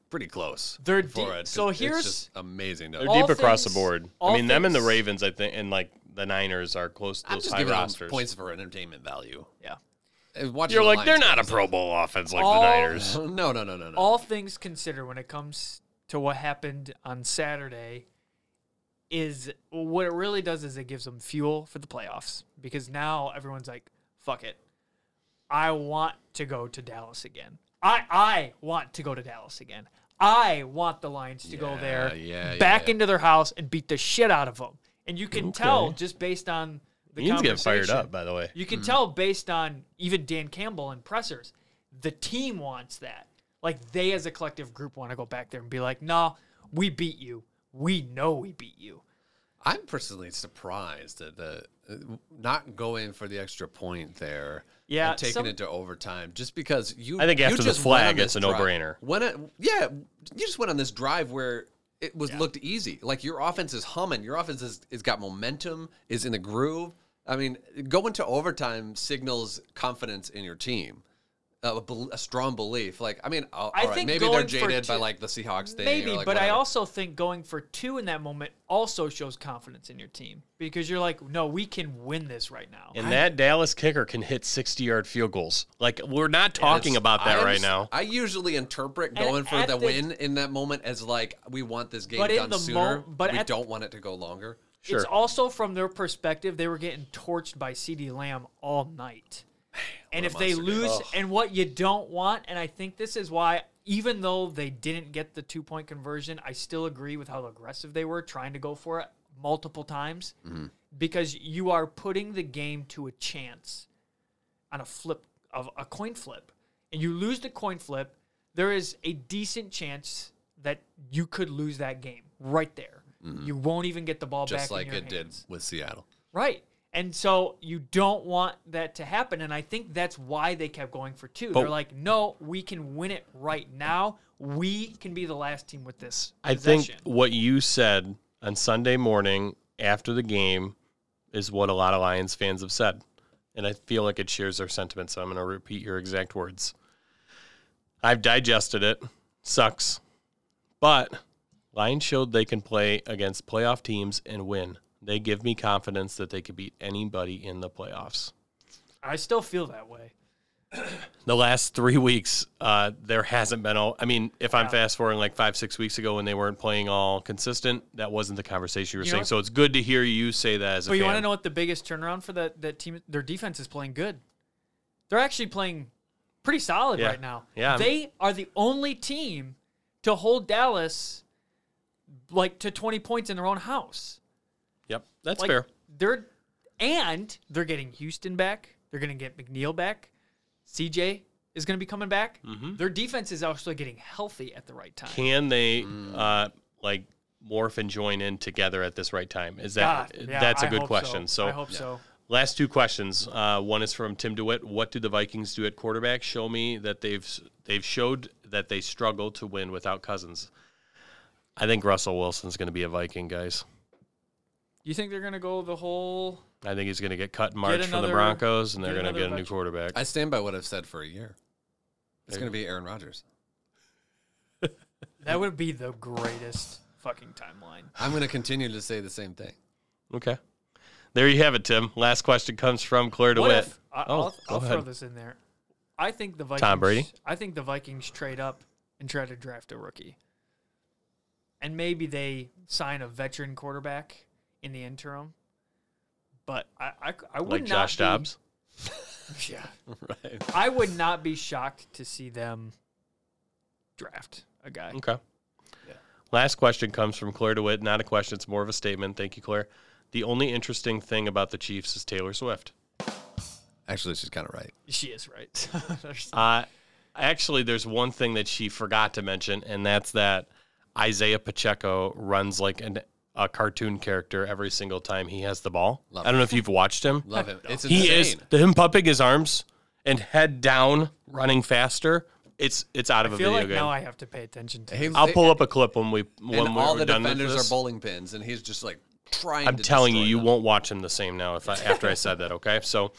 Speaker 4: pretty close.
Speaker 3: They're
Speaker 4: for
Speaker 3: deep.
Speaker 4: it.
Speaker 3: So
Speaker 4: It's
Speaker 3: here's
Speaker 4: just amazing. To
Speaker 2: They're
Speaker 3: All
Speaker 2: deep across the
Speaker 3: things-
Speaker 2: board. I
Speaker 3: all
Speaker 2: mean, them and the
Speaker 3: things-
Speaker 2: Ravens, I think, and like the Niners are close to
Speaker 4: I'm
Speaker 2: those
Speaker 4: just
Speaker 2: high
Speaker 4: giving them
Speaker 2: rosters.
Speaker 4: points for entertainment value.
Speaker 3: yeah.
Speaker 4: And watching
Speaker 2: You're
Speaker 4: the
Speaker 2: like, they're
Speaker 4: Lions
Speaker 2: not a
Speaker 4: games,
Speaker 2: Pro Bowl offense like
Speaker 3: All-
Speaker 2: the Niners.
Speaker 4: No, no, no, no, no.
Speaker 3: all things considered, when it comes to what happened on Saturday, is what it really does is it gives them fuel for the playoffs because now everyone's like, "Fuck it, I want to go to Dallas again. I I want to go to Dallas again. I want the Lions to go
Speaker 4: Yeah,
Speaker 3: there,
Speaker 4: yeah,
Speaker 3: back
Speaker 4: yeah.
Speaker 3: into their house and beat the shit out of them." And you can tell
Speaker 2: Okay.
Speaker 3: just based on the
Speaker 2: Ian's getting fired
Speaker 3: conversation-
Speaker 2: up, by the way.
Speaker 3: you
Speaker 4: Mm-hmm.
Speaker 3: can tell based on even Dan Campbell and pressers, the team wants that. Like they as a collective group want to go back there and be like, nah, we beat you. We know we beat you.
Speaker 4: I'm personally surprised at the uh, not going for the extra point there.
Speaker 3: Yeah,
Speaker 4: and taking
Speaker 3: some-
Speaker 4: it to overtime just because you.
Speaker 2: I think
Speaker 4: you
Speaker 2: after the
Speaker 4: just went on
Speaker 2: flag, it's
Speaker 4: this
Speaker 2: a
Speaker 4: drive-
Speaker 2: no-brainer.
Speaker 4: When it- yeah, you just went on this drive where it was looked easy. Like your offense is humming. Your offense is, is got momentum. Is in the groove. I mean, going to overtime signals confidence in your team. A, bel- a strong belief, like I mean, all,
Speaker 3: I
Speaker 4: all right,
Speaker 3: think
Speaker 4: maybe they're
Speaker 3: going for
Speaker 4: jaded by
Speaker 3: two-
Speaker 4: like the Seahawks thing. or,
Speaker 3: Maybe,
Speaker 4: like,
Speaker 3: but I
Speaker 4: whatever.
Speaker 3: also think going for two in that moment also shows confidence in your team because you're like, no, we can win this right now.
Speaker 2: And that Dallas kicker can hit 60 yard field goals. Like, we're not talking
Speaker 4: It's-
Speaker 2: about that
Speaker 4: I
Speaker 2: right
Speaker 4: underst-
Speaker 2: now.
Speaker 4: I usually interpret going for
Speaker 3: at
Speaker 4: the
Speaker 3: the-
Speaker 4: win in that moment as like we want this game
Speaker 3: But in
Speaker 4: done
Speaker 3: the
Speaker 4: sooner.
Speaker 3: mo- but
Speaker 4: we
Speaker 3: at-
Speaker 4: don't want it to go longer.
Speaker 3: It's
Speaker 2: Sure.
Speaker 3: also from their perspective, they were getting torched by CD Lamb all night. And if they
Speaker 4: monster game.
Speaker 3: lose,
Speaker 4: Ugh.
Speaker 3: and what you don't want, and I think this is why, even though they didn't get the two point conversion, I still agree with how aggressive they were trying to go for it multiple times because you are putting the game to a chance on a flip of a coin flip and you lose the coin flip, there is a decent chance that you could lose that game right there. You won't even get the ball
Speaker 4: Mm-hmm. Just
Speaker 3: back
Speaker 4: like
Speaker 3: in your
Speaker 4: it did
Speaker 3: hands.
Speaker 4: with Seattle.
Speaker 3: Right. And so you don't want that to happen. And I think that's why they kept going for two. They're like, no, we can win it right now. We can be the last team with this.
Speaker 2: I think
Speaker 3: possession."
Speaker 2: what you said on Sunday morning after the game is what a lot of Lions fans have said. And I feel like it shares their sentiment. So I'm going to repeat your exact words. I've digested it. Sucks. But Lions showed they can play against playoff teams and win. They give me confidence that they could beat anybody in the playoffs.
Speaker 3: I still feel that way.
Speaker 2: the last three weeks, uh, there hasn't been all. I mean, if I'm fast forwarding like five, six weeks ago when they weren't playing all consistent, that wasn't the conversation you were
Speaker 3: You know
Speaker 2: saying.
Speaker 3: what?
Speaker 2: So it's good to hear you say that as a
Speaker 3: But you
Speaker 2: fan.
Speaker 3: want to know what the biggest turnaround for that, that team? Their defense is playing good. They're actually playing pretty solid
Speaker 2: Yeah.
Speaker 3: right now.
Speaker 2: Yeah.
Speaker 3: They are the only team to hold Dallas like to 20 points in their own house.
Speaker 2: Yep, that's
Speaker 3: Like,
Speaker 2: fair.
Speaker 3: They're and they're getting Houston back. They're going to get McNeil back. CJ is going to be coming back. Their defense is actually getting healthy at the right time.
Speaker 2: Mm-hmm. Can they uh, like morph and join in together at this right time? Is that
Speaker 3: God, yeah,
Speaker 2: that's a
Speaker 3: I
Speaker 2: good
Speaker 3: hope
Speaker 2: question? So,
Speaker 3: I hope so.
Speaker 2: last two questions. Uh, one is from Tim DeWitt. What do the Vikings do at quarterback? Show me that they've they've showed that they struggle to win without Cousins. I think Russell Wilson's going to be a Viking, guys.
Speaker 3: You think they're going to go the whole?
Speaker 2: I think he's going to get cut in March for the
Speaker 3: another-
Speaker 2: Broncos, and they're
Speaker 3: get
Speaker 2: going to
Speaker 3: another
Speaker 2: get a new
Speaker 3: veteran.
Speaker 2: quarterback.
Speaker 4: I stand by what I've said for a year. It's
Speaker 2: There
Speaker 4: going to be Aaron Rodgers.
Speaker 3: That would be the greatest fucking timeline.
Speaker 4: I'm going to continue to say the same thing.
Speaker 2: Okay. There you have it, Tim. Last question comes from Claire DeWitt.
Speaker 3: What if I,
Speaker 2: Oh,
Speaker 3: I'll,
Speaker 2: go
Speaker 3: I'll throw
Speaker 2: ahead.
Speaker 3: this in there? I think the Vikings.
Speaker 2: Tom Brady?
Speaker 3: I think the Vikings trade up and try to draft a rookie, and maybe they sign a veteran quarterback in the interim. But I, I, I would
Speaker 2: like
Speaker 3: not
Speaker 2: Josh
Speaker 3: be-
Speaker 2: Dobbs?
Speaker 3: Yeah,
Speaker 4: Right.
Speaker 3: I would not be shocked to see them draft a guy.
Speaker 2: Okay. Last question comes from Claire DeWitt. Not a question, it's more of a statement. Thank you, Claire. The only interesting thing about the Chiefs is Taylor Swift.
Speaker 4: Actually, she's kind of right.
Speaker 3: She is right. There's-
Speaker 2: Uh, actually, there's one thing that she forgot to mention, and that's that Isaiah Pacheco runs like an, a cartoon character every single time he has the ball.
Speaker 4: Love
Speaker 2: I don't know if you've watched him.
Speaker 4: Love him. It's insane.
Speaker 2: he is him pumping his arms and head down, running faster. It's it's out of
Speaker 3: I
Speaker 2: a
Speaker 3: feel
Speaker 2: video
Speaker 3: like
Speaker 2: game.
Speaker 3: now I have to pay attention to.
Speaker 4: He-
Speaker 2: I'll
Speaker 4: they-
Speaker 2: pull up a clip when we when
Speaker 4: And
Speaker 2: we're
Speaker 4: all the
Speaker 2: done with
Speaker 4: defenders are
Speaker 2: this.
Speaker 4: bowling pins, and he's just like trying.
Speaker 2: I'm
Speaker 4: to
Speaker 2: telling you,
Speaker 4: destroy
Speaker 2: you
Speaker 4: them.
Speaker 2: won't watch him the same now. If I, after I said that, okay. So,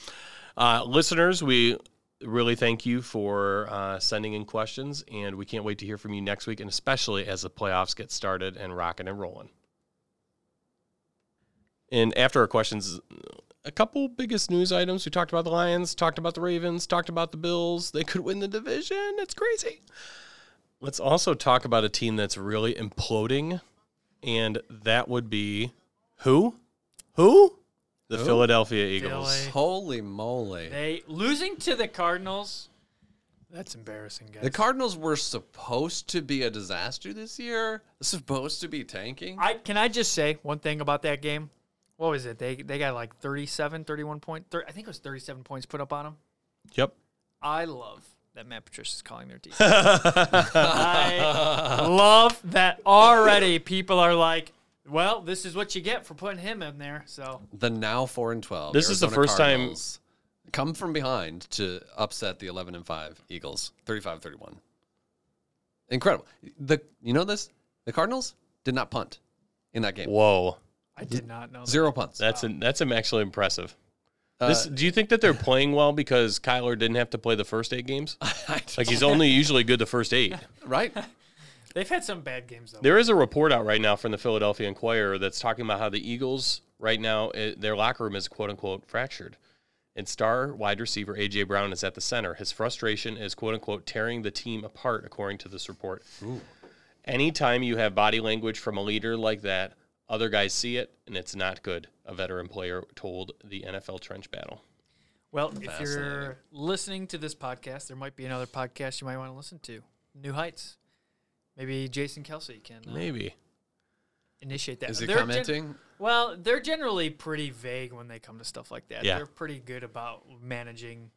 Speaker 2: uh, listeners, we really thank you for uh, sending in questions, and we can't wait to hear from you next week, and especially as the playoffs get started and rocking and rolling. And after our questions, a couple biggest news items. We talked about the Lions, talked about the Ravens, talked about the Bills. They could win the division. It's crazy. Let's also talk about a team that's really imploding, and that would be who? Who? The Philadelphia Eagles.
Speaker 3: Philly.
Speaker 4: Holy moly!
Speaker 3: They losing to the Cardinals. That's embarrassing, guys.
Speaker 4: The Cardinals were supposed to be a disaster this year. Supposed to be tanking.
Speaker 3: I can I just say one thing about that game? What was it? They they got like 37, 31 point. thir- I think it was 37 points put up on them.
Speaker 2: Yep.
Speaker 3: I love that Matt Patricia is calling their defense. I love that already. People are like, well, this is what you get for putting him in there. So
Speaker 4: the now four and twelve.
Speaker 2: This is the first time-
Speaker 4: time come from behind to upset the eleven and five Eagles 35-31. Incredible. The you know this the Cardinals did not punt in that game.
Speaker 2: Whoa.
Speaker 3: I did not know.
Speaker 4: Zero punts.
Speaker 2: That's an, that's um, actually impressive. This, do you think that they're playing well because Kyler didn't have to play the first eight games? Like he's only usually good the first eight.
Speaker 4: right.
Speaker 3: That. They've had some bad games though.
Speaker 2: There is a report out right now from the Philadelphia Inquirer that's talking about how the Eagles right now eh, their locker room is quote unquote fractured, and star wide receiver AJ Brown is at the center. His frustration is quote unquote tearing the team apart, according to this report. Anytime you have body language from a leader like that, other guys see it, and it's not good. A veteran player told the NFL Trench Battle.
Speaker 3: Well, if you're listening to this podcast, there might be another podcast you might want to listen to. New Heights. Maybe Jason Kelsey can uh,
Speaker 2: Maybe.
Speaker 3: initiate that.
Speaker 4: Is he
Speaker 3: They're gen-
Speaker 4: commenting?
Speaker 3: well, they're generally pretty vague when they come to stuff like that.
Speaker 2: Yeah.
Speaker 3: They're pretty good about managing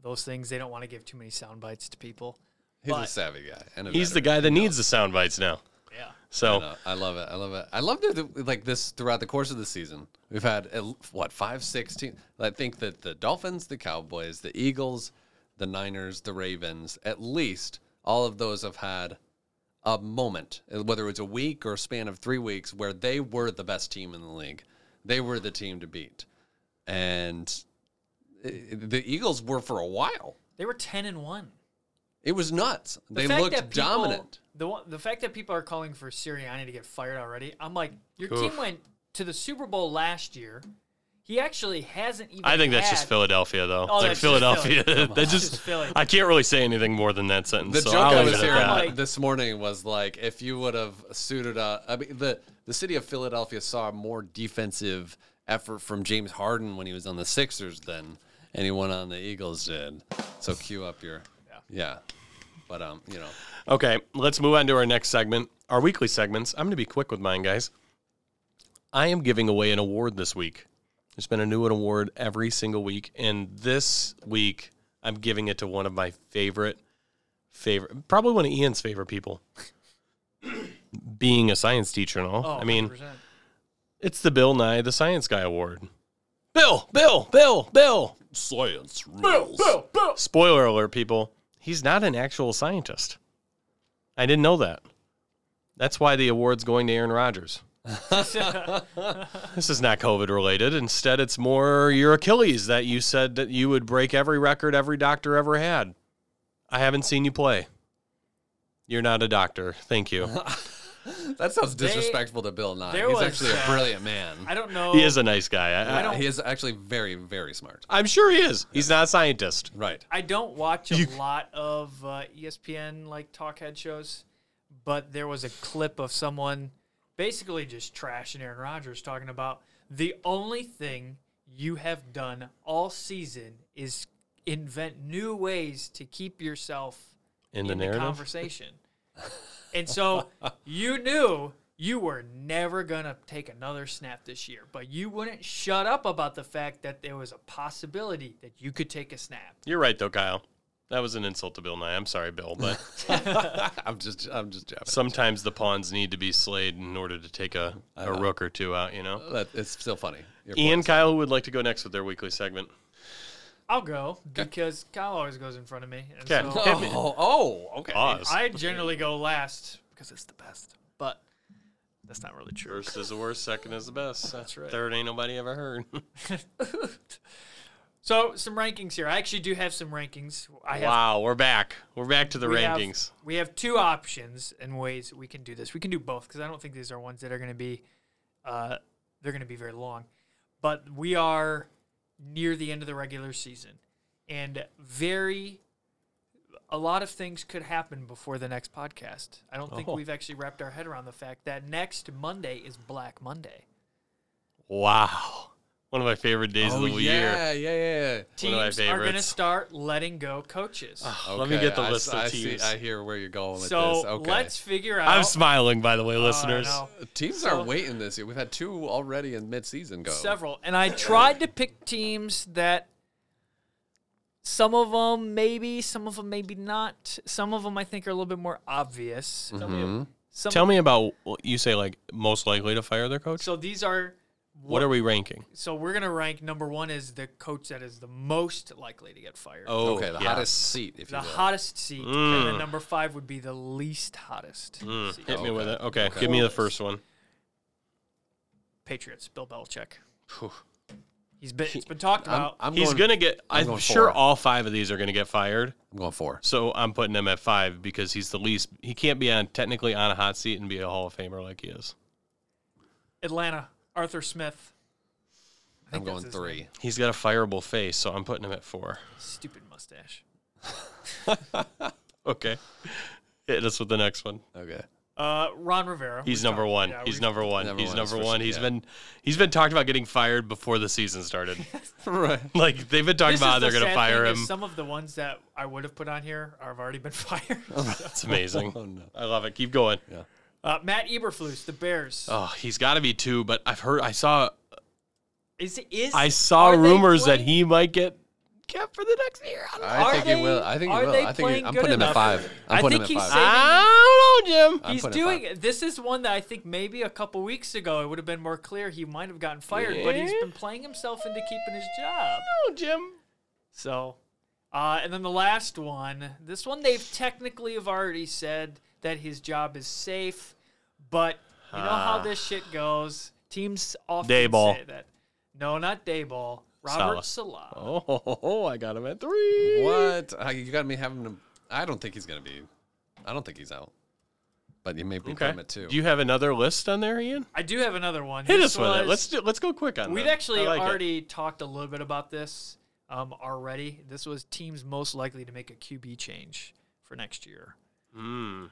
Speaker 3: those things. They don't want to give too many sound bites to people.
Speaker 4: He's a
Speaker 3: But-
Speaker 4: savvy guy. And a
Speaker 2: He's the
Speaker 4: veteran.
Speaker 2: guy that needs the sound bites now.
Speaker 3: Yeah.
Speaker 2: So
Speaker 4: No, I love it. I love it. I love that th- like this throughout the course of the season. We've had uh, what five, six teams. I think that the Dolphins, the Cowboys, the Eagles, the Niners, the Ravens. At least all of those have had a moment, uh, whether it's a week or a span of three weeks, where they were the best team in the league. They were the team to beat, and uh, the Eagles were for a while.
Speaker 3: They were 10 and 1.
Speaker 4: It was nuts.
Speaker 3: The
Speaker 4: they
Speaker 3: fact
Speaker 4: looked
Speaker 3: that people-
Speaker 4: dominant.
Speaker 3: The, one- the fact that people are calling for Sirianni to get fired already, I'm like, your
Speaker 2: Oof.
Speaker 3: team went to the Super Bowl last year. He actually hasn't even.
Speaker 2: I think that's just
Speaker 3: had-
Speaker 2: Philadelphia, though.
Speaker 3: Oh,
Speaker 2: like
Speaker 3: that's just Philly.
Speaker 2: Philadelphia, that just,
Speaker 3: just Philly.
Speaker 2: I can't really say anything more than that sentence.
Speaker 4: The
Speaker 2: so
Speaker 4: joke
Speaker 2: I'll
Speaker 4: I
Speaker 2: leave
Speaker 4: was
Speaker 2: it at
Speaker 4: hearing
Speaker 2: that.
Speaker 3: that.
Speaker 4: this morning was like, if you would have suited up, I mean, the the city of Philadelphia saw a more defensive effort from James Harden when he was on the Sixers than anyone on the Eagles did. So cue up your, yeah. But um, you know,
Speaker 2: Okay, let's move on to our next segment, our weekly segments. I'm going to be quick with mine, guys. I am giving away an award this week. There's been a new award every single week, and this week I'm giving it to one of my favorite, favorite, probably one of Ian's favorite people, being a science teacher and all.
Speaker 3: Oh,
Speaker 2: I mean,
Speaker 3: 100%.
Speaker 2: it's the Bill Nye the Science Guy Award. Bill, Bill, Bill, Bill.
Speaker 4: science rules.
Speaker 2: Spoiler alert, people. He's not an actual scientist. I didn't know that. That's why the award's going to Aaron Rodgers. this is not COVID related. Instead, it's more your Achilles that you said that you would break every record every doctor ever had. I haven't seen you play. You're not a doctor. Thank you.
Speaker 4: That sounds
Speaker 3: They-
Speaker 4: disrespectful to Bill Nye.
Speaker 3: there
Speaker 4: He's
Speaker 3: was,
Speaker 4: actually a
Speaker 3: uh,
Speaker 4: brilliant man.
Speaker 3: I don't know.
Speaker 2: He is a nice guy. Oh. I,
Speaker 4: Yeah, he is actually very, very smart.
Speaker 2: am sure he is. He's not a scientist.
Speaker 4: Right.
Speaker 3: I don't watch a
Speaker 2: You-
Speaker 3: lot of uh, ESPN like talkhead shows, but there was a clip of someone basically just trashing Aaron Rodgers, talking about the only thing you have done all season is invent new ways to keep yourself
Speaker 2: In the
Speaker 3: in the
Speaker 2: narrative,
Speaker 3: conversation. and so you knew you were never going to take another snap this year, but you wouldn't shut up about the fact that there was a possibility that you could take a snap.
Speaker 2: you're right though, Kyle. That was an insult to Bill Nye. I'm sorry, Bill, but
Speaker 4: I'm just, I'm just jabbing.
Speaker 2: sometimes the pawns need to be slayed in order to take a, a rook or two out, you know?
Speaker 4: That, it's still funny. Your
Speaker 2: Ian
Speaker 4: points.
Speaker 2: Kyle would like to go next with their weekly segment.
Speaker 3: I'll go because Kyle always goes in front of me. And
Speaker 2: Okay.
Speaker 3: so
Speaker 2: hit me.
Speaker 4: Oh, oh, okay.
Speaker 2: Oz
Speaker 3: I generally go last because it's the best, but that's not really true.
Speaker 2: First is the worst, second is the best. That's
Speaker 3: right.
Speaker 2: Third ain't nobody ever heard.
Speaker 3: So, some rankings here. I actually do have some rankings. I have
Speaker 2: wow, we're back. We're back to the
Speaker 3: we have-
Speaker 2: rankings.
Speaker 3: we have two options and ways we can do this. We can do both because I don't think these are ones that are going to be, uh, they're going to be very long. But we are near the end of the regular season, and very, a lot of things could happen before the next podcast. I don't think
Speaker 2: Oh.
Speaker 3: we've actually wrapped our head around the fact that next Monday is Black Monday.
Speaker 2: Wow. One of my favorite days
Speaker 4: Oh,
Speaker 2: of the year.
Speaker 4: yeah, yeah, yeah, yeah.
Speaker 2: One of my
Speaker 3: Teams are going to
Speaker 2: favorites. Ah,
Speaker 3: start letting go coaches.
Speaker 2: Let me
Speaker 4: Okay,
Speaker 2: get the
Speaker 4: I,
Speaker 2: list of
Speaker 4: I
Speaker 2: teams.
Speaker 4: See, I hear where you're going with
Speaker 3: so
Speaker 4: this. Okay.
Speaker 3: let's figure out.
Speaker 2: I'm smiling, by the way,
Speaker 3: Oh, I
Speaker 2: listeners.
Speaker 3: know.
Speaker 4: teams
Speaker 3: so-
Speaker 4: are waiting this year. We've had two already in mid-season go.
Speaker 3: several and i tried to pick teams that some of them maybe some of them maybe not some of them i think are a little bit more obvious
Speaker 4: Mm-hmm.
Speaker 3: Some-
Speaker 2: Tell me about what you say, like, most likely to fire their coach.
Speaker 3: so these are
Speaker 2: what are we ranking?
Speaker 3: so we're gonna rank number one is the coach that is the most likely to get fired
Speaker 2: Oh,
Speaker 4: Okay, the
Speaker 2: yes.
Speaker 4: hottest seat, if
Speaker 3: the
Speaker 4: you will.
Speaker 3: hottest seat and
Speaker 2: Mm.
Speaker 3: then number five would be the least hottest seat.
Speaker 2: Hit me with it.
Speaker 4: Okay.
Speaker 2: Oh, Okay,
Speaker 4: Okay.
Speaker 2: give me the first one.
Speaker 3: patriots bill belichick he's been it's been talked
Speaker 4: I'm,
Speaker 3: about
Speaker 4: I'm
Speaker 2: He's
Speaker 4: going,
Speaker 2: going to get,
Speaker 4: I'm
Speaker 2: I'm,
Speaker 4: going
Speaker 2: sure
Speaker 4: four.
Speaker 2: all five of these are going to get fired.
Speaker 4: I'm going four.
Speaker 2: So I'm putting him at five because he's the least. He can't be on technically on a hot seat and be a Hall of Famer like he is.
Speaker 3: atlanta arthur smith I
Speaker 4: I'm
Speaker 3: think
Speaker 4: going
Speaker 3: that's his name.
Speaker 4: three.
Speaker 2: He's got a fireable face, so I'm putting him at four.
Speaker 3: stupid mustache
Speaker 2: Okay, hit us with the next one.
Speaker 4: Okay.
Speaker 3: Uh, Ron Rivera.
Speaker 2: He's
Speaker 3: We've
Speaker 2: number
Speaker 3: talked-
Speaker 2: one.
Speaker 3: yeah,
Speaker 2: he's
Speaker 3: we've-
Speaker 2: number one.
Speaker 4: Number
Speaker 2: He's
Speaker 4: one is
Speaker 2: number
Speaker 4: for
Speaker 2: one.
Speaker 4: sure,
Speaker 2: He's
Speaker 4: yeah.
Speaker 2: been he's been talked about getting fired before the season started.
Speaker 4: right.
Speaker 2: like they've been talking
Speaker 3: This is
Speaker 2: about how they're
Speaker 3: the
Speaker 2: going to
Speaker 3: sad
Speaker 2: fire
Speaker 3: thing
Speaker 2: him.
Speaker 3: is Some of the ones that I would have put on here have already been fired.
Speaker 2: It's amazing.
Speaker 4: Oh, no.
Speaker 2: I love it. Keep going.
Speaker 3: uh, Matt Eberflus, the Bears.
Speaker 2: Oh, he's got to be two. But I've heard. I saw.
Speaker 3: is is
Speaker 2: I saw
Speaker 3: are they
Speaker 2: rumors that
Speaker 3: playing-
Speaker 2: he might get kept for the next year. I don't know.
Speaker 4: I
Speaker 3: Are
Speaker 4: think
Speaker 3: they-
Speaker 4: he will. I think he
Speaker 3: are
Speaker 4: will.
Speaker 3: they
Speaker 4: I think he,
Speaker 3: playing
Speaker 4: I'm
Speaker 3: good
Speaker 4: putting him at
Speaker 3: enough?
Speaker 4: five. I'm
Speaker 3: I
Speaker 4: putting
Speaker 3: think
Speaker 4: him
Speaker 3: he's
Speaker 4: at
Speaker 3: safe.
Speaker 4: five.
Speaker 2: I don't know, Jim.
Speaker 4: I'm
Speaker 3: He's
Speaker 4: putting him at
Speaker 3: doing it. This is one that I think maybe a couple weeks ago it would have been more clear he might have gotten fired, but he's been playing himself into keeping his job.
Speaker 2: Oh, Jim.
Speaker 3: So, uh, and then the last one. This one they've technically have already said that his job is safe, but you know how
Speaker 2: Ah.
Speaker 3: this shit goes. Teams often
Speaker 2: Dayball.
Speaker 3: say that. No, not Dayball. Robert Salah.
Speaker 2: Oh, ho, ho, ho, I got him at three.
Speaker 4: What? Uh, you got me having him. I don't think he's gonna be. I don't think he's out. But you may be putting
Speaker 2: Okay.
Speaker 4: him at two.
Speaker 2: Do you have another list on there, Ian?
Speaker 3: I do have another one.
Speaker 2: Hit
Speaker 3: This
Speaker 2: us with it.
Speaker 3: was-
Speaker 2: Let's do, let's go quick on.
Speaker 3: We've
Speaker 2: that.
Speaker 3: actually
Speaker 2: I like it.
Speaker 3: already talked a little bit about this um, already. This was teams most likely to make a QB change for next year.
Speaker 2: Mm.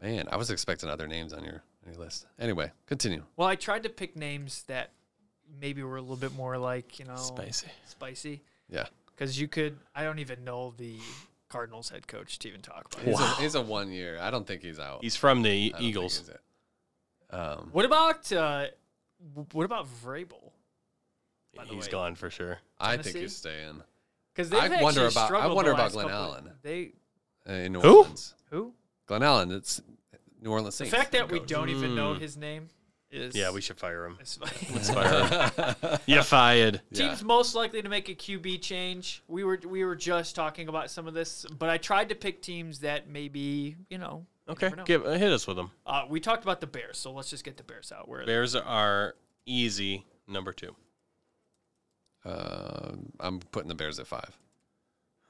Speaker 4: Man, I was expecting other names on your, on your list. Anyway, continue.
Speaker 3: Well, I tried to pick names that maybe were a little bit more like you know
Speaker 2: Spicy.
Speaker 3: spicy.
Speaker 4: Yeah.
Speaker 3: because you could i don't even know the Cardinals head coach Stephen Talkman.
Speaker 4: He's, a, he's a one year. I don't think he's out.
Speaker 2: He's from the
Speaker 4: I don't think
Speaker 2: Eagles.
Speaker 4: he's it. Um,
Speaker 3: What about uh, w- what about Vrabel? By the
Speaker 2: He's
Speaker 3: way.
Speaker 2: gone for sure.
Speaker 4: I think
Speaker 3: Tennessee?
Speaker 4: he's staying
Speaker 3: Because they
Speaker 4: I wonder about- I
Speaker 3: Struggled
Speaker 4: wonder
Speaker 3: the
Speaker 4: about
Speaker 3: last
Speaker 4: Glenn
Speaker 3: couple-
Speaker 4: Allen.
Speaker 3: They
Speaker 4: uh, in New
Speaker 2: Who?
Speaker 4: Orleans.
Speaker 3: who?
Speaker 4: Glenn Allen. It's New Orleans
Speaker 3: The
Speaker 4: Saints.
Speaker 3: fact that we
Speaker 4: coach.
Speaker 3: don't even know
Speaker 4: Hmm.
Speaker 2: Mm.
Speaker 3: his name is
Speaker 2: Yeah, we should fire him.
Speaker 3: is-
Speaker 2: Let's fire him. You're fired.
Speaker 4: Yeah.
Speaker 3: Teams most likely to make a QB change. We were we were just talking about some of this, but I tried to pick teams that maybe you know. you
Speaker 2: Okay,
Speaker 3: never know.
Speaker 2: give, uh, hit us with them.
Speaker 3: Uh, we talked about the Bears, so let's just get the Bears out. Where
Speaker 2: Bears are easy number two.
Speaker 4: Uh, I'm putting the Bears at five.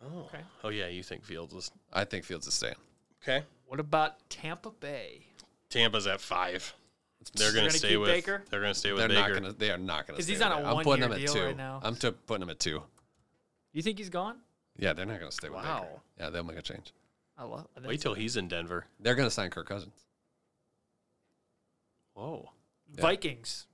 Speaker 2: Oh,
Speaker 3: Okay.
Speaker 2: oh yeah, you think Fields is
Speaker 4: I think Fields is staying.
Speaker 2: okay?
Speaker 3: what about Tampa Bay?
Speaker 2: Tampa's at five. They're gonna,
Speaker 3: gonna
Speaker 2: stay
Speaker 3: keep
Speaker 2: with
Speaker 3: Baker?
Speaker 2: They're gonna stay with
Speaker 4: They're
Speaker 2: Baker.
Speaker 4: not gonna. They are not gonna.
Speaker 3: 'Cause
Speaker 4: stay
Speaker 3: he's
Speaker 4: with
Speaker 3: on a
Speaker 4: it. I'm
Speaker 3: one-year
Speaker 4: putting him at
Speaker 3: deal
Speaker 4: two.
Speaker 3: right now.
Speaker 4: I'm to putting him at two.
Speaker 3: You think he's gone?
Speaker 4: Yeah, they're not gonna stay with Baker.
Speaker 3: Wow.
Speaker 4: Yeah, they'll make a change.
Speaker 3: I love. I think-
Speaker 2: Wait till he's in Denver.
Speaker 4: They're gonna sign Kirk Cousins.
Speaker 2: Whoa.
Speaker 3: Vikings.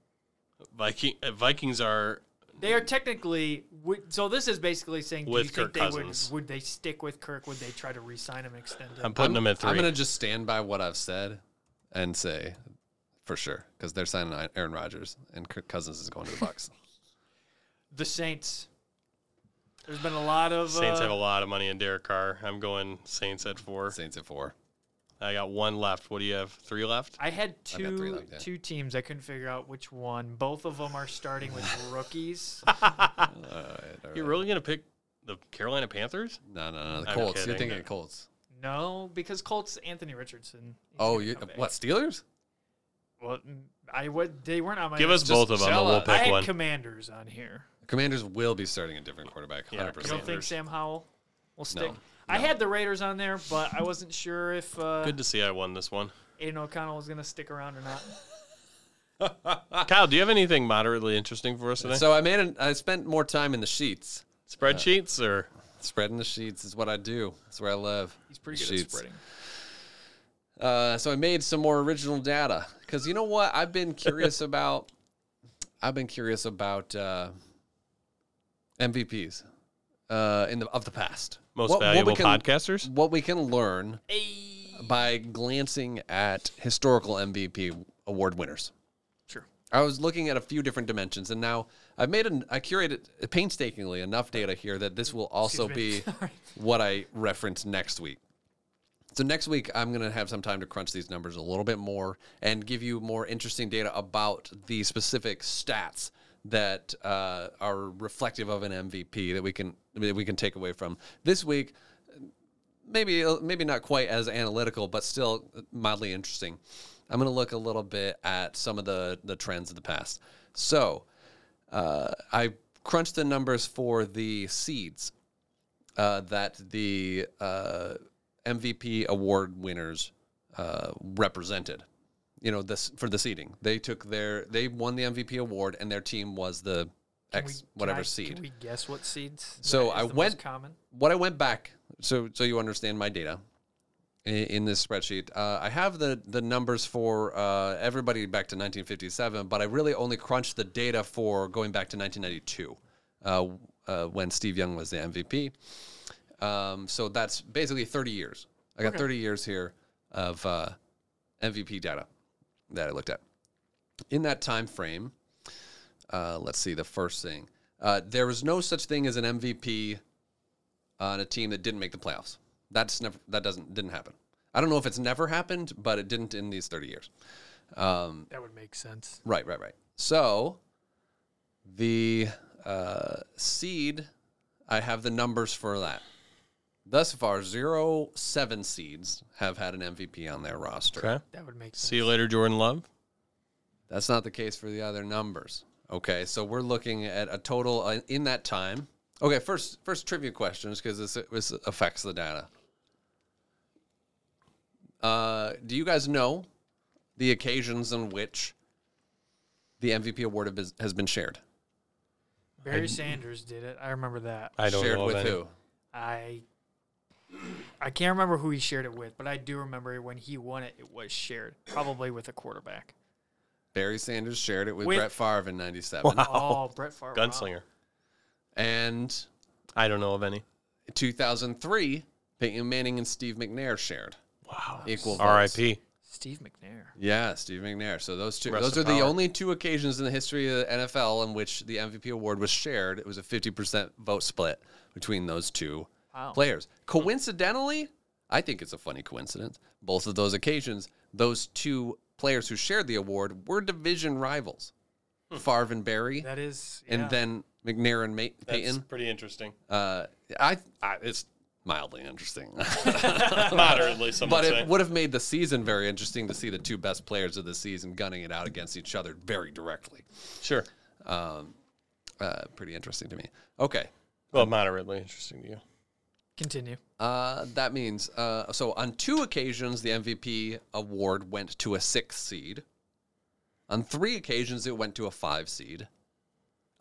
Speaker 2: Viking uh, Vikings are
Speaker 3: They are technically would- so. This is basically saying, do
Speaker 2: With
Speaker 3: you think
Speaker 2: Kirk
Speaker 3: they
Speaker 2: Cousins. Um,
Speaker 3: would would they stick with Kirk? Would they try to re-sign him, extend him?
Speaker 2: I'm putting
Speaker 4: I'm,
Speaker 2: them at 3
Speaker 4: I'm gonna just stand by what I've said and say for sure because they're signing I- Aaron Rodgers and Kirk Cousins is going to the Bucks.
Speaker 3: the Saints. There's been a lot of
Speaker 2: Saints
Speaker 3: uh,
Speaker 2: have a lot of money in Derek Carr. I'm going Saints at four.
Speaker 4: Saints at four.
Speaker 2: I got one left. What do you have? Three left?
Speaker 3: I had
Speaker 4: I've got three
Speaker 3: two
Speaker 4: like that.
Speaker 3: two teams. I couldn't figure out which one. Both of them are starting with rookies.
Speaker 4: All right, all
Speaker 2: You're
Speaker 4: right.
Speaker 2: really gonna pick the Carolina Panthers?
Speaker 4: No, no, no. The
Speaker 2: I'm
Speaker 4: Colts. You're
Speaker 2: kidding.
Speaker 4: thinking of Colts.
Speaker 3: No, because Colts Anthony Richardson. he's
Speaker 4: Oh,
Speaker 3: gonna
Speaker 4: you
Speaker 3: come back.
Speaker 4: what? Steelers?
Speaker 3: Well, I what they weren't on my.
Speaker 2: Give us
Speaker 4: Just
Speaker 2: both of them,
Speaker 4: sell
Speaker 2: and we'll
Speaker 4: us.
Speaker 2: pick
Speaker 3: I had
Speaker 2: one.
Speaker 3: Commanders on here.
Speaker 4: Commanders will be starting a different quarterback.
Speaker 2: Yeah,
Speaker 4: Hundred
Speaker 3: You don't think
Speaker 2: Commanders.
Speaker 3: Sam Howell will stick?
Speaker 4: No,
Speaker 3: I had the Raiders on there, but I wasn't sure if uh,
Speaker 2: Good to see I won this one.
Speaker 3: Aiden O'Connell was going to stick around or not. Ah.
Speaker 2: Kyle, do you have anything moderately interesting for us today?
Speaker 4: percent. So I made. An, I spent more time in the sheets.
Speaker 2: Spreadsheets or
Speaker 4: Spreading the sheets is what I do. That's where I live.
Speaker 3: He's pretty good at
Speaker 4: Sheets.
Speaker 3: spreading.
Speaker 4: Uh, so I made some more original data because you know what I've been curious about. I've been curious about uh, MVPs uh, in the of the past.
Speaker 2: most
Speaker 4: What- what we
Speaker 2: valuable
Speaker 4: can-
Speaker 2: podcasters?
Speaker 4: What we can learn
Speaker 3: Hey.
Speaker 4: by glancing at historical MVP award winners.
Speaker 3: Sure.
Speaker 4: I was looking at a few different dimensions, and now I've made an I curated painstakingly enough data here that this will also be
Speaker 3: Excuse me. Sorry.
Speaker 4: what I reference next week. So next week I'm going to have some time to crunch these numbers a little bit more and give you more interesting data about the specific stats that uh, are reflective of an MVP that we can that we can take away from this week. Maybe uh, maybe not quite as analytical, but still mildly interesting. I'm going to look a little bit at some of the the trends of the past. So uh, I crunched the numbers for the seeds uh, that the uh, MVP award winners uh, represented. You know, this for the seeding. They took their they won the MVP award, and their team was the
Speaker 3: We-
Speaker 4: X
Speaker 3: can
Speaker 4: whatever
Speaker 3: I-
Speaker 4: seed.
Speaker 3: Can we guess what seeds? that
Speaker 4: So
Speaker 3: is
Speaker 4: I
Speaker 3: the most
Speaker 4: went-
Speaker 3: common.
Speaker 4: what I went back, so so you understand my data i- in this spreadsheet. Uh, I have the the numbers for uh, everybody back to 1957, but I really only crunched the data for going back to 1992, uh, uh, when Steve Young was the MVP. Um, so that's basically 30 years. I got 30 years here of uh, MVP data that I looked at. In that time frame, uh, let's see the first thing. Uh, there was no such thing as an MVP on a team that didn't make the playoffs. That's never that doesn't didn't happen. I don't know if it's never happened, but it didn't in these 30 years.
Speaker 3: That would make sense.
Speaker 4: Right, right, right. So the uh, seed, I have the numbers for that. Thus far, zero seven seeds have had an MVP on their roster.
Speaker 2: Okay.
Speaker 3: That would make sense.
Speaker 2: See you later, Jordan Love.
Speaker 4: That's not the case for the other numbers. Okay, so we're looking at a total uh, in that time. Okay, first first trivia questions because this, this affects the data. Uh, do you guys know the occasions on which the MVP award have been- has been shared?
Speaker 3: Barry Sanders did it. I remember that.
Speaker 2: I don't
Speaker 4: shared
Speaker 2: know of
Speaker 4: with
Speaker 2: any.
Speaker 4: who?
Speaker 3: I I can't remember who he shared it with, but I do remember when he won it, it was shared probably with a quarterback.
Speaker 4: Barry Sanders shared it with,
Speaker 3: With-
Speaker 4: Brett Favre in '97,
Speaker 3: Oh, Brett Favre. wow.
Speaker 2: Gunslinger.
Speaker 4: and
Speaker 2: I don't know of any.
Speaker 4: 2003 Peyton Manning and Steve McNair shared
Speaker 3: Wow.
Speaker 4: equal. votes.
Speaker 2: R.I.P.
Speaker 3: Steve McNair.
Speaker 4: Yeah, Steve McNair. So those two,
Speaker 2: Rest
Speaker 4: those
Speaker 2: in
Speaker 4: are the
Speaker 2: power.
Speaker 4: only two occasions in the history of the NFL in which the MVP award was shared. It was a fifty percent vote split between those two
Speaker 3: Wow.
Speaker 4: players. Coincidentally, I think it's a funny coincidence. Both of those occasions, those two players who shared the award were division rivals,
Speaker 2: Hmm.
Speaker 4: Favre and Barry,
Speaker 3: That is.
Speaker 4: and
Speaker 3: yeah.
Speaker 4: then McNair and Ma-
Speaker 2: That's
Speaker 4: Peyton.
Speaker 2: pretty interesting.
Speaker 4: Uh, I, I, it's mildly interesting.
Speaker 2: Moderately, some
Speaker 4: But
Speaker 2: would
Speaker 4: it
Speaker 2: say.
Speaker 4: would have made the season very interesting to see the two best players of the season gunning it out against each other very directly.
Speaker 2: sure.
Speaker 4: Uh, pretty interesting to me. Okay.
Speaker 2: Well, moderately interesting to you.
Speaker 3: continue.
Speaker 4: Uh, that means uh, so on two occasions, the MVP award went to a sixth seed. On three occasions, it went to a five seed.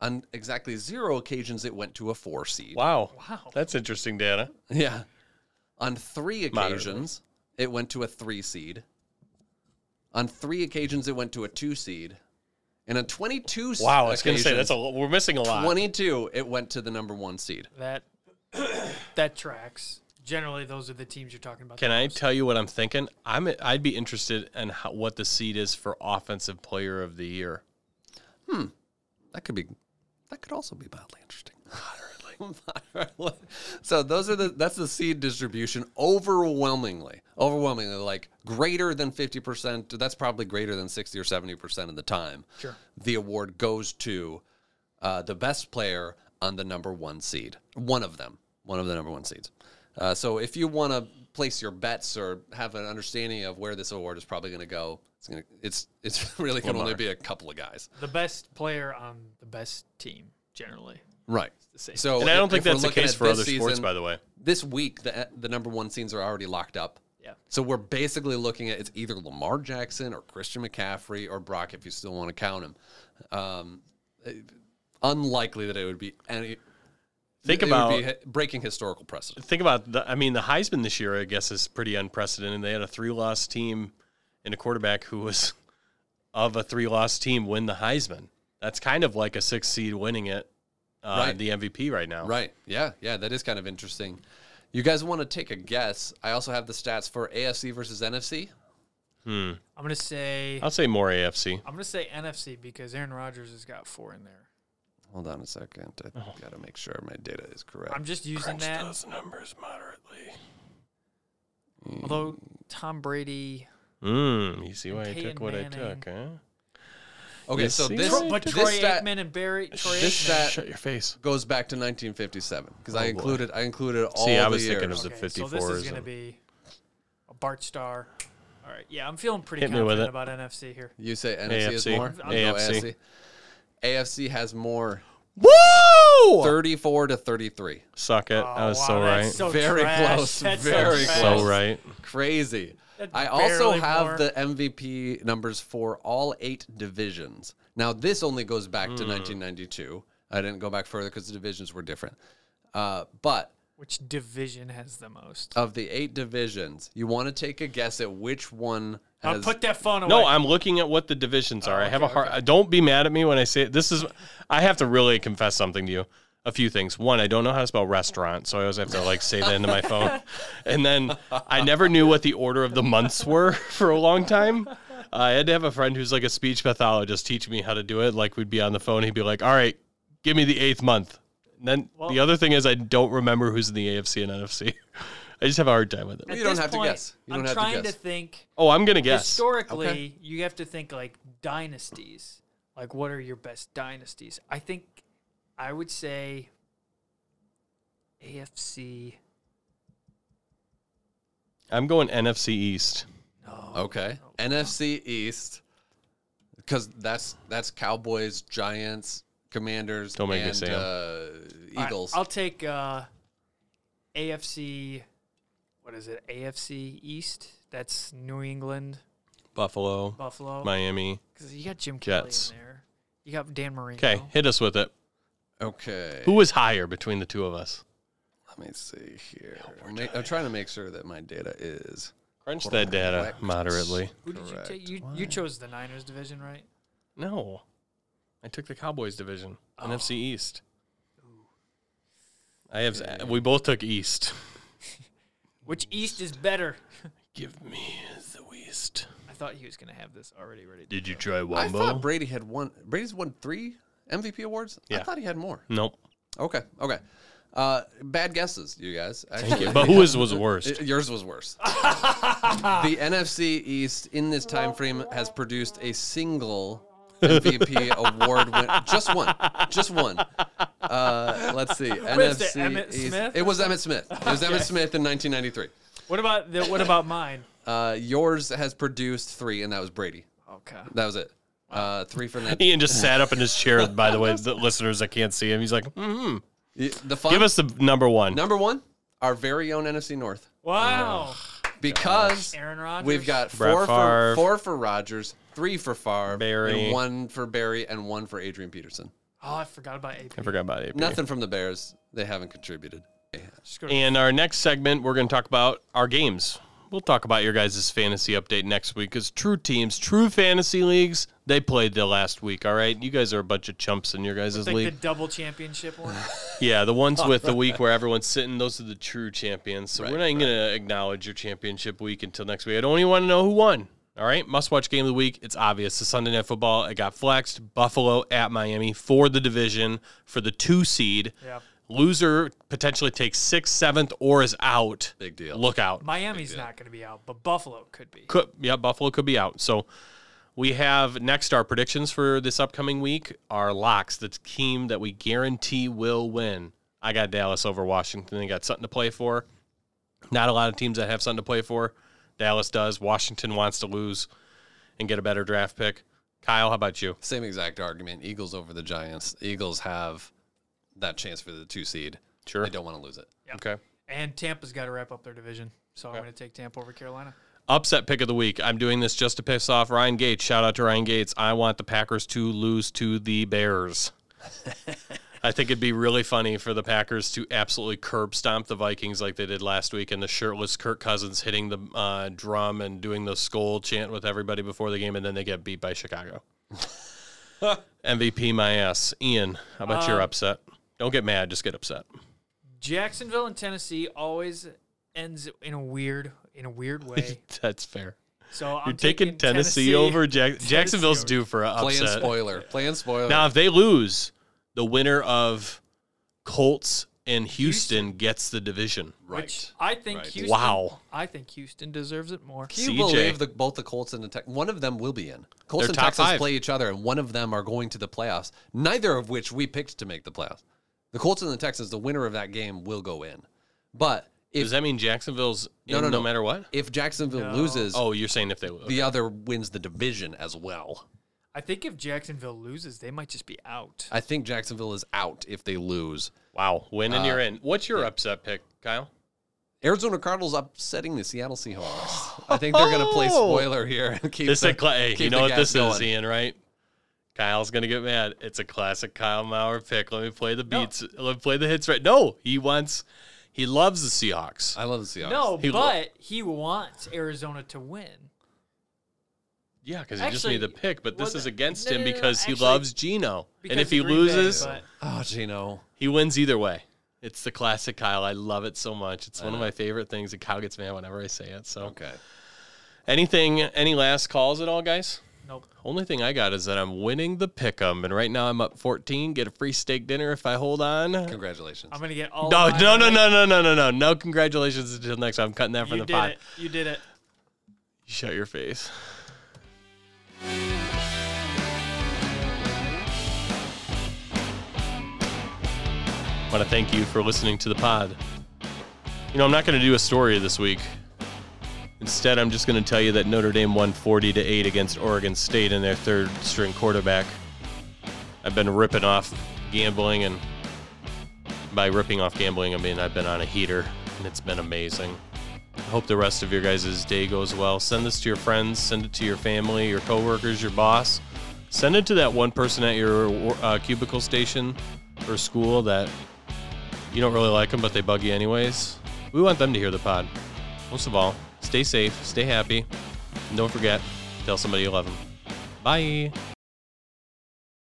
Speaker 4: On exactly zero occasions, it went to a four seed.
Speaker 2: Wow.
Speaker 3: Wow.
Speaker 2: That's interesting data.
Speaker 4: Yeah. On three
Speaker 2: Moderately.
Speaker 4: occasions, it went to a three seed. On three occasions, it went to a two seed. And on 22 s-
Speaker 2: Wow. I was going to say that's
Speaker 4: occasions,
Speaker 2: a. lo- We're missing a lot.
Speaker 4: 22, it went to the number one seed.
Speaker 3: That that tracks. Generally, those are the teams you're talking about.
Speaker 2: Can
Speaker 3: the
Speaker 2: I
Speaker 3: most.
Speaker 2: tell you what I'm thinking? I'm. I'd be interested in how, what the seed is for offensive player of the year.
Speaker 4: That could be, that could also be mildly interesting. Moderately. so those are the that's the seed distribution overwhelmingly overwhelmingly like greater than 50% that's probably greater than 60 or 70% of the time
Speaker 3: Sure.
Speaker 4: the award goes to uh, the best player on the number one seed. One of them, one of the number one seeds. Uh, so if you want to place your bets or have an understanding of where this award is probably going to go, it's going to it's it's really can only be a couple of guys,
Speaker 3: the best player on the best team? Generally,
Speaker 4: right?
Speaker 3: same.
Speaker 4: So
Speaker 2: And I don't
Speaker 4: if-
Speaker 2: think
Speaker 4: if we're
Speaker 2: that's the
Speaker 4: looking
Speaker 2: case
Speaker 4: at
Speaker 2: for
Speaker 4: this
Speaker 2: other sports,
Speaker 4: season,
Speaker 2: by the way.
Speaker 4: This week, the the number one seeds are already locked up.
Speaker 3: yeah.
Speaker 4: So we're basically looking at it's either Lamar Jackson or Christian McCaffrey or Brock, if you still want to count him. Um, it- unlikely that it would be any.
Speaker 2: Think
Speaker 4: it would
Speaker 2: about-
Speaker 4: be hi- breaking historical precedent.
Speaker 2: Think about the. I mean, the Heisman this year, I guess, is pretty unprecedented. They had a three-loss team and a quarterback who was of a three-loss team win the Heisman. That's kind of like a six seed winning it, uh,
Speaker 4: Right.
Speaker 2: the MVP right now.
Speaker 4: Right. Yeah. Yeah. That is kind of interesting. You guys want to take a guess? I also have the stats for AFC versus NFC.
Speaker 3: I'm gonna say
Speaker 2: I'll say more AFC.
Speaker 3: I'm gonna say NFC because Aaron Rodgers has got four in there.
Speaker 4: Hold on a second. I
Speaker 2: Oh.
Speaker 4: got to make sure my data is correct.
Speaker 3: I'm just using that.
Speaker 2: numbers moderately.
Speaker 3: Although Tom Brady,
Speaker 2: Mm, you see why I
Speaker 3: Peyton
Speaker 2: took what I
Speaker 3: Manning.
Speaker 2: took, huh?
Speaker 4: okay.
Speaker 2: You
Speaker 4: So
Speaker 2: see
Speaker 4: this,
Speaker 2: Troy-
Speaker 3: but
Speaker 4: this
Speaker 3: Troy
Speaker 4: stat
Speaker 3: Aikman and Barry. Troy
Speaker 4: this
Speaker 3: Aikman.
Speaker 4: stat-
Speaker 2: Shut your face.
Speaker 4: goes back to 1957 because I
Speaker 2: Oh, boy.
Speaker 4: included I included all
Speaker 2: I
Speaker 4: the
Speaker 2: was
Speaker 4: years.
Speaker 2: thinking of the
Speaker 3: Okay, so this
Speaker 2: 54s
Speaker 3: is gonna
Speaker 2: and-
Speaker 3: be a Bart Star. All right. Yeah, I'm feeling pretty
Speaker 2: Hit me with
Speaker 3: confident
Speaker 2: it.
Speaker 3: about NFC here.
Speaker 4: You say NFC is
Speaker 2: AFC.
Speaker 4: more?
Speaker 2: I'm-
Speaker 4: You go
Speaker 2: AFC.
Speaker 4: AFC has more
Speaker 2: Woo!
Speaker 4: 34 to 33.
Speaker 2: Suck it. I was
Speaker 3: Oh, wow,
Speaker 2: so
Speaker 3: that's
Speaker 2: right. So,
Speaker 3: So
Speaker 4: Very
Speaker 3: trash.
Speaker 4: close,
Speaker 3: That's
Speaker 4: very
Speaker 3: so, trash.
Speaker 4: close.
Speaker 2: right.
Speaker 4: Crazy.
Speaker 3: That's
Speaker 4: I also
Speaker 3: barely
Speaker 4: have
Speaker 3: more.
Speaker 4: the MVP numbers for all eight divisions. Now, this only goes back
Speaker 2: Hmm.
Speaker 4: to 1992. I didn't go back further because the divisions were different. Uh, but
Speaker 3: Which division has the most?
Speaker 4: of the eight divisions, you want to take a guess at which one
Speaker 3: I'll
Speaker 4: has.
Speaker 3: put that phone away.
Speaker 2: No, I'm looking at what the divisions are. I have a hard. Don't be mad at me when I say it. This is. I have to really confess something to you. A few things. One, I don't know how to spell restaurant, so I always have to like say that into my phone. And then I never knew what the order of the months were for a long time. Uh, I had to have a friend who's like a speech pathologist teach me how to do it. Like we'd be on the phone, he'd be like, "All right, give me the eighth month." And then the other thing is, I don't remember who's in the AFC and NFC. I just have a hard time with it.
Speaker 4: you don't
Speaker 3: this
Speaker 4: have to
Speaker 3: point,
Speaker 4: guess. You don't
Speaker 3: I'm
Speaker 4: have to
Speaker 3: trying
Speaker 4: guess.
Speaker 3: think.
Speaker 2: Oh, I'm gonna guess.
Speaker 3: Historically,
Speaker 4: Okay.
Speaker 3: you have to think like dynasties. Like, what are your best dynasties? I think I would say AFC.
Speaker 2: I'm going NFC East.
Speaker 3: Oh,
Speaker 4: Okay. NFC East, because that's that's Cowboys, Giants, Commanders,
Speaker 2: Don't make me
Speaker 4: and,
Speaker 2: say 'em.
Speaker 4: uh,
Speaker 3: All right,
Speaker 4: Eagles.
Speaker 3: I'll take uh, AFC. What is it? AFC East. That's New England,
Speaker 2: Buffalo,
Speaker 3: Buffalo.
Speaker 2: Miami.
Speaker 3: Because you got Jim Kelly
Speaker 2: Jets.
Speaker 3: in there. You got Dan Marino.
Speaker 2: Okay, hit us with it.
Speaker 4: okay.
Speaker 2: Who was higher between the two of us?
Speaker 4: Let me see here. Ma- I'm trying to make sure that my data is.
Speaker 2: Crunch that data moderately.
Speaker 3: Who did you take? You, you chose the Niners division, right?
Speaker 2: No, I took the Cowboys division,
Speaker 1: Oh.
Speaker 2: NFC East. I have. We both took East.
Speaker 3: Which East is better?
Speaker 2: Give me the West.
Speaker 3: I thought he was gonna have this already ready. to
Speaker 1: Did you try
Speaker 4: I
Speaker 1: Wombo?
Speaker 4: thought Brady had won. Brady's won three MVP awards. I
Speaker 2: Yeah.
Speaker 4: thought he had more.
Speaker 2: Nope.
Speaker 4: Okay, okay. Uh, bad guesses, you guys.
Speaker 2: Thank you.
Speaker 4: Actually,
Speaker 2: But whose was worst?
Speaker 4: Y- Yours was worse. the NFC East in this time frame has produced a single MVP award win, just one, just one. Uh, let's see,
Speaker 3: is
Speaker 4: NFC
Speaker 3: it, Emmitt
Speaker 4: East.
Speaker 3: Smith?
Speaker 4: It was Emmett Smith. It was Emmett Smith in 1993.
Speaker 3: What about the, what about mine?
Speaker 4: Uh, yours has produced three, and that was Brady.
Speaker 3: Okay.
Speaker 4: That was it. Uh, three for that.
Speaker 2: Ian just sat up in his chair. By the way, the listeners that can't see him, he's like, mm-hmm.
Speaker 4: The fun,
Speaker 2: give us the number one.
Speaker 4: number one, our very own NFC North,
Speaker 3: Wow.
Speaker 4: because
Speaker 3: Aaron Rodgers.
Speaker 4: We've got
Speaker 2: Brett
Speaker 4: four for
Speaker 2: Favre.
Speaker 4: four for Rogers, three for Favre,
Speaker 2: Barry.
Speaker 4: and one for Barry, and one for Adrian Peterson.
Speaker 3: Oh, I forgot about AP.
Speaker 2: I forgot about it.
Speaker 4: Nothing from the Bears. They haven't contributed.
Speaker 3: Just go to-
Speaker 2: And our next segment, we're going to talk about our games. We'll talk about your guys' fantasy update next week because true teams, true fantasy leagues, they played the last week. All right, you guys are a bunch of chumps in your guys'
Speaker 3: like the
Speaker 2: league.
Speaker 3: double championship one.
Speaker 2: yeah, the ones with the week where everyone's sitting, those are the true champions. So we're not even going to acknowledge your championship week until next week. I don't even want to know who won. All right, must-watch game of the week. It's obvious. The Sunday Night Football. It got flexed. Buffalo at Miami for the division for the two seed.
Speaker 3: Yep.
Speaker 2: Loser potentially takes sixth, seventh, or is out.
Speaker 4: Big deal.
Speaker 2: Look out.
Speaker 3: Miami's not going to be out, but Buffalo could be.
Speaker 2: Could yeah, Buffalo could be out. So we have next our predictions for this upcoming week are locks. The team that we guarantee will win. I got Dallas over Washington. They got something to play for. Not a lot of teams that have something to play for. Dallas does. Washington wants to lose and get a better draft pick. Kyle, how about you?
Speaker 4: Same exact argument. Eagles over the Giants. Eagles have that chance for the two seed.
Speaker 2: Sure.
Speaker 4: They don't want to lose it.
Speaker 2: Okay.
Speaker 3: And Tampa's got to wrap up their division, so I'm going to take Tampa over Carolina.
Speaker 2: Upset pick of the week. I'm doing this just to piss off Ryan Gates. Shout out to Ryan Gates. I want the Packers to lose to the Bears. I think it'd be really funny for the Packers to absolutely curb stomp the Vikings like they did last week, and the shirtless Kirk Cousins hitting the uh, drum and doing the skull chant with everybody before the game, and then they get beat by Chicago. MVP my ass, Ian. How about your upset? Don't get mad, just get upset.
Speaker 3: Jacksonville and Tennessee always ends in a weird in a weird way.
Speaker 2: That's fair.
Speaker 3: So I'm
Speaker 2: You're taking, Tennessee, over Jack- Jacksonville's due for an
Speaker 4: Playing
Speaker 2: upset.
Speaker 4: spoiler. Playing spoiler.
Speaker 2: Now, if they lose, the winner of Colts and Houston, gets the division.
Speaker 4: right.
Speaker 3: Which I think
Speaker 4: Right.
Speaker 3: Houston.
Speaker 2: Wow.
Speaker 3: I think Houston deserves it more.
Speaker 4: Can you
Speaker 2: CJ.
Speaker 4: believe the, both the Colts and the Texans? One of them will be in. Colts
Speaker 2: They're
Speaker 4: and
Speaker 2: top
Speaker 4: Texans
Speaker 2: five.
Speaker 4: play each other, and one of them are going to the playoffs. Neither of which we picked to make the playoffs. The Colts and the Texans, the winner of that game will go in. But if
Speaker 2: Does that mean Jacksonville's
Speaker 4: No,
Speaker 2: in
Speaker 4: no,
Speaker 2: no,
Speaker 4: no.
Speaker 2: matter what?
Speaker 4: if Jacksonville loses,
Speaker 2: Oh, you're saying if they lose.
Speaker 4: the other wins the division as well.
Speaker 3: I think if Jacksonville loses, they might just be out.
Speaker 4: I think Jacksonville is out if they lose.
Speaker 2: wow. Win
Speaker 3: Uh,
Speaker 2: and you're in. What's your upset pick, Kyle?
Speaker 4: Arizona Cardinals upsetting the Seattle Seahawks. I think they're going to play spoiler here and keep
Speaker 2: Oh. This
Speaker 4: the,
Speaker 2: a cla- hey,
Speaker 4: keep
Speaker 2: you
Speaker 4: the
Speaker 2: know what
Speaker 4: gas
Speaker 2: this is,
Speaker 4: going.
Speaker 2: Ian, right? Kyle's gonna get mad. It's a classic Kyle Maurer pick. Let me play the beats. Let me play the hits right. No, he wants. He loves the Seahawks.
Speaker 4: I love the Seahawks.
Speaker 3: no,
Speaker 2: He-
Speaker 3: but he wants Arizona to win.
Speaker 2: yeah, because he just made the
Speaker 3: Actually,
Speaker 2: pick, but this
Speaker 3: well,
Speaker 2: is against
Speaker 3: no,
Speaker 2: him
Speaker 3: no, no, no,
Speaker 2: because he
Speaker 3: actually,
Speaker 2: loves Gino, and
Speaker 3: Because
Speaker 2: if
Speaker 3: of
Speaker 2: he
Speaker 3: Green Bay,
Speaker 2: loses,
Speaker 3: but
Speaker 4: Oh, Gino.
Speaker 2: He wins either way. It's the classic Kyle. I love it so much. It's one of my favorite things. And Kyle gets mad whenever I say it. So
Speaker 4: Okay.
Speaker 2: anything, any last calls at all, guys?
Speaker 3: nope.
Speaker 2: Only thing I got is that I'm winning the pick 'em, and right now I'm up 14. Get a free steak dinner if I hold on. No,
Speaker 4: Congratulations.
Speaker 3: I'm gonna get all.
Speaker 2: no,
Speaker 3: my
Speaker 2: no, no,
Speaker 3: money.
Speaker 2: no, no, no, no. No congratulations until next time. I'm cutting that from
Speaker 3: You
Speaker 2: the
Speaker 3: did
Speaker 2: pod.
Speaker 3: it. You did it.
Speaker 2: Shut your face. I want to thank you for listening to the pod. You know, I'm not going to do a story this week. Instead, I'm just going to tell you that Notre Dame won 40 to 8 against Oregon State and their third string quarterback. I've been ripping off gambling, and by ripping off gambling, I mean I've been on a heater, and it's been amazing. I hope the rest of your guys' day goes well. Send this to your friends, send it to your family, your coworkers, your boss. Send it to that one person at your uh, cubicle station or school that you don't really like them, but they bug you anyways. We want them to hear the pod. Most of all, stay safe, stay happy, and don't forget, tell somebody you love them. Bye.